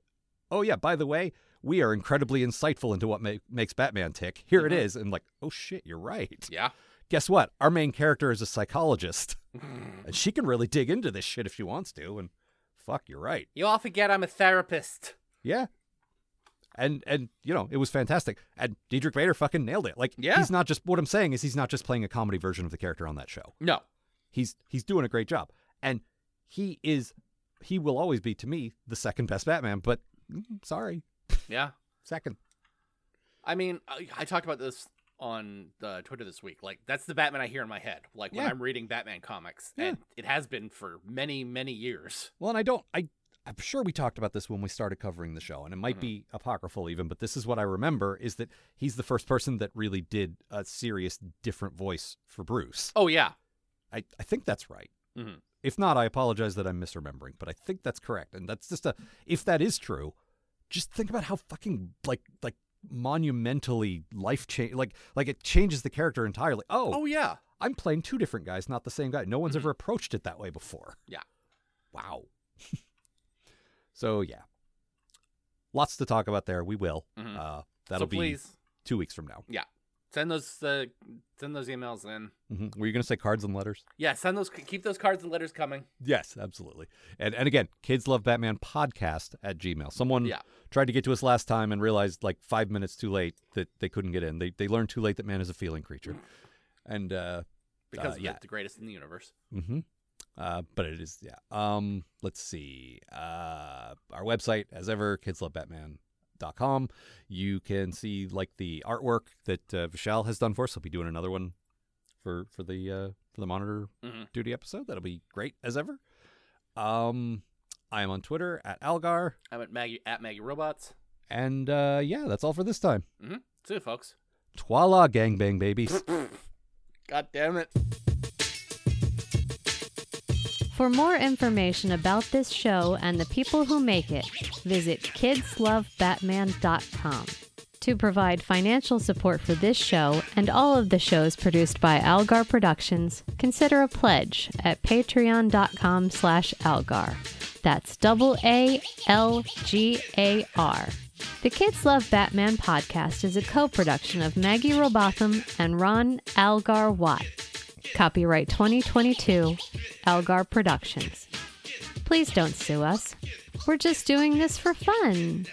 S3: oh yeah by the way we are incredibly insightful into what ma- makes batman tick here it is and like oh shit you're right
S4: Yeah.
S3: guess what our main character is a psychologist and she can really dig into this shit if she wants to and fuck you're right
S4: You all forget I'm a therapist.
S3: yeah and and you know it was fantastic. And Diedrich Bader fucking nailed it. Like
S4: Yeah.
S3: he's not just what I'm saying is he's not just playing a comedy version of the character on that show.
S4: No.
S3: He's he's doing a great job, and he is he will always be to me the second best Batman. But mm, sorry,
S4: Yeah.
S3: second.
S4: I mean, I, I talked about this on the Twitter this week. Like, that's the Batman I hear in my head. Like when
S3: Yeah.
S4: I'm reading Batman comics,
S3: Yeah.
S4: and it has been for many, many years.
S3: Well, and I don't. I I'm sure we talked about this when we started covering the show, and it might be apocryphal even, but this is what I remember: is that he's the first person that really did a serious different voice for Bruce.
S4: Oh yeah,
S3: I I think that's right.
S4: Mhm.
S3: If not, I apologize that I'm misremembering, but I think that's correct. And that's just a if that is true, just think about how fucking like like monumentally life change like like it changes the character entirely. Oh,
S4: oh yeah.
S3: I'm playing two different guys, not the same guy. No one's ever approached it that way before.
S4: Yeah.
S3: Wow. so yeah, lots to talk about there. We will.
S4: Mhm.
S3: Uh, that'll
S4: so
S3: be
S4: please
S3: two weeks from now.
S4: send those uh, send those emails in.
S3: hmm Were you going to say cards and letters?
S4: Yeah, send those. Keep those cards and letters coming.
S3: Yes, absolutely. And and again, kids love Batman podcast at Gmail. Someone
S4: Yeah.
S3: tried to get to us last time and realized like five minutes too late that they couldn't get in. They they learned too late that man is a feeling creature, and uh,
S4: because
S3: yeah.
S4: yeah. the greatest in the universe.
S3: Mm-hmm. Uh, but it is, yeah. Um, let's see. Uh, our website, as ever, kidslovebatman.com. You can see like the artwork that uh, Vishal has done for us. He'll be doing another one for for the uh, for the monitor
S4: Mhm.
S3: duty episode. That'll be great as ever. Um, I am on Twitter at Algar,
S4: I'm at Maggie at Maggie Robots.
S3: and uh, yeah, that's all for this time.
S4: Mm-hmm. See you, folks.
S3: Twala gangbang, baby.
S4: God damn it.
S2: For more information about this show and the people who make it, visit kidslovebatman.com. To provide financial support for this show and all of the shows produced by Algar Productions, consider a pledge at patreon.com slash algar. That's double A L G A R. The Kids Love Batman podcast is a co-production of Maggie Robotham and Ron Algar Watt. Copyright 2022, Algar Productions. Please don't sue us. We're just doing this for fun.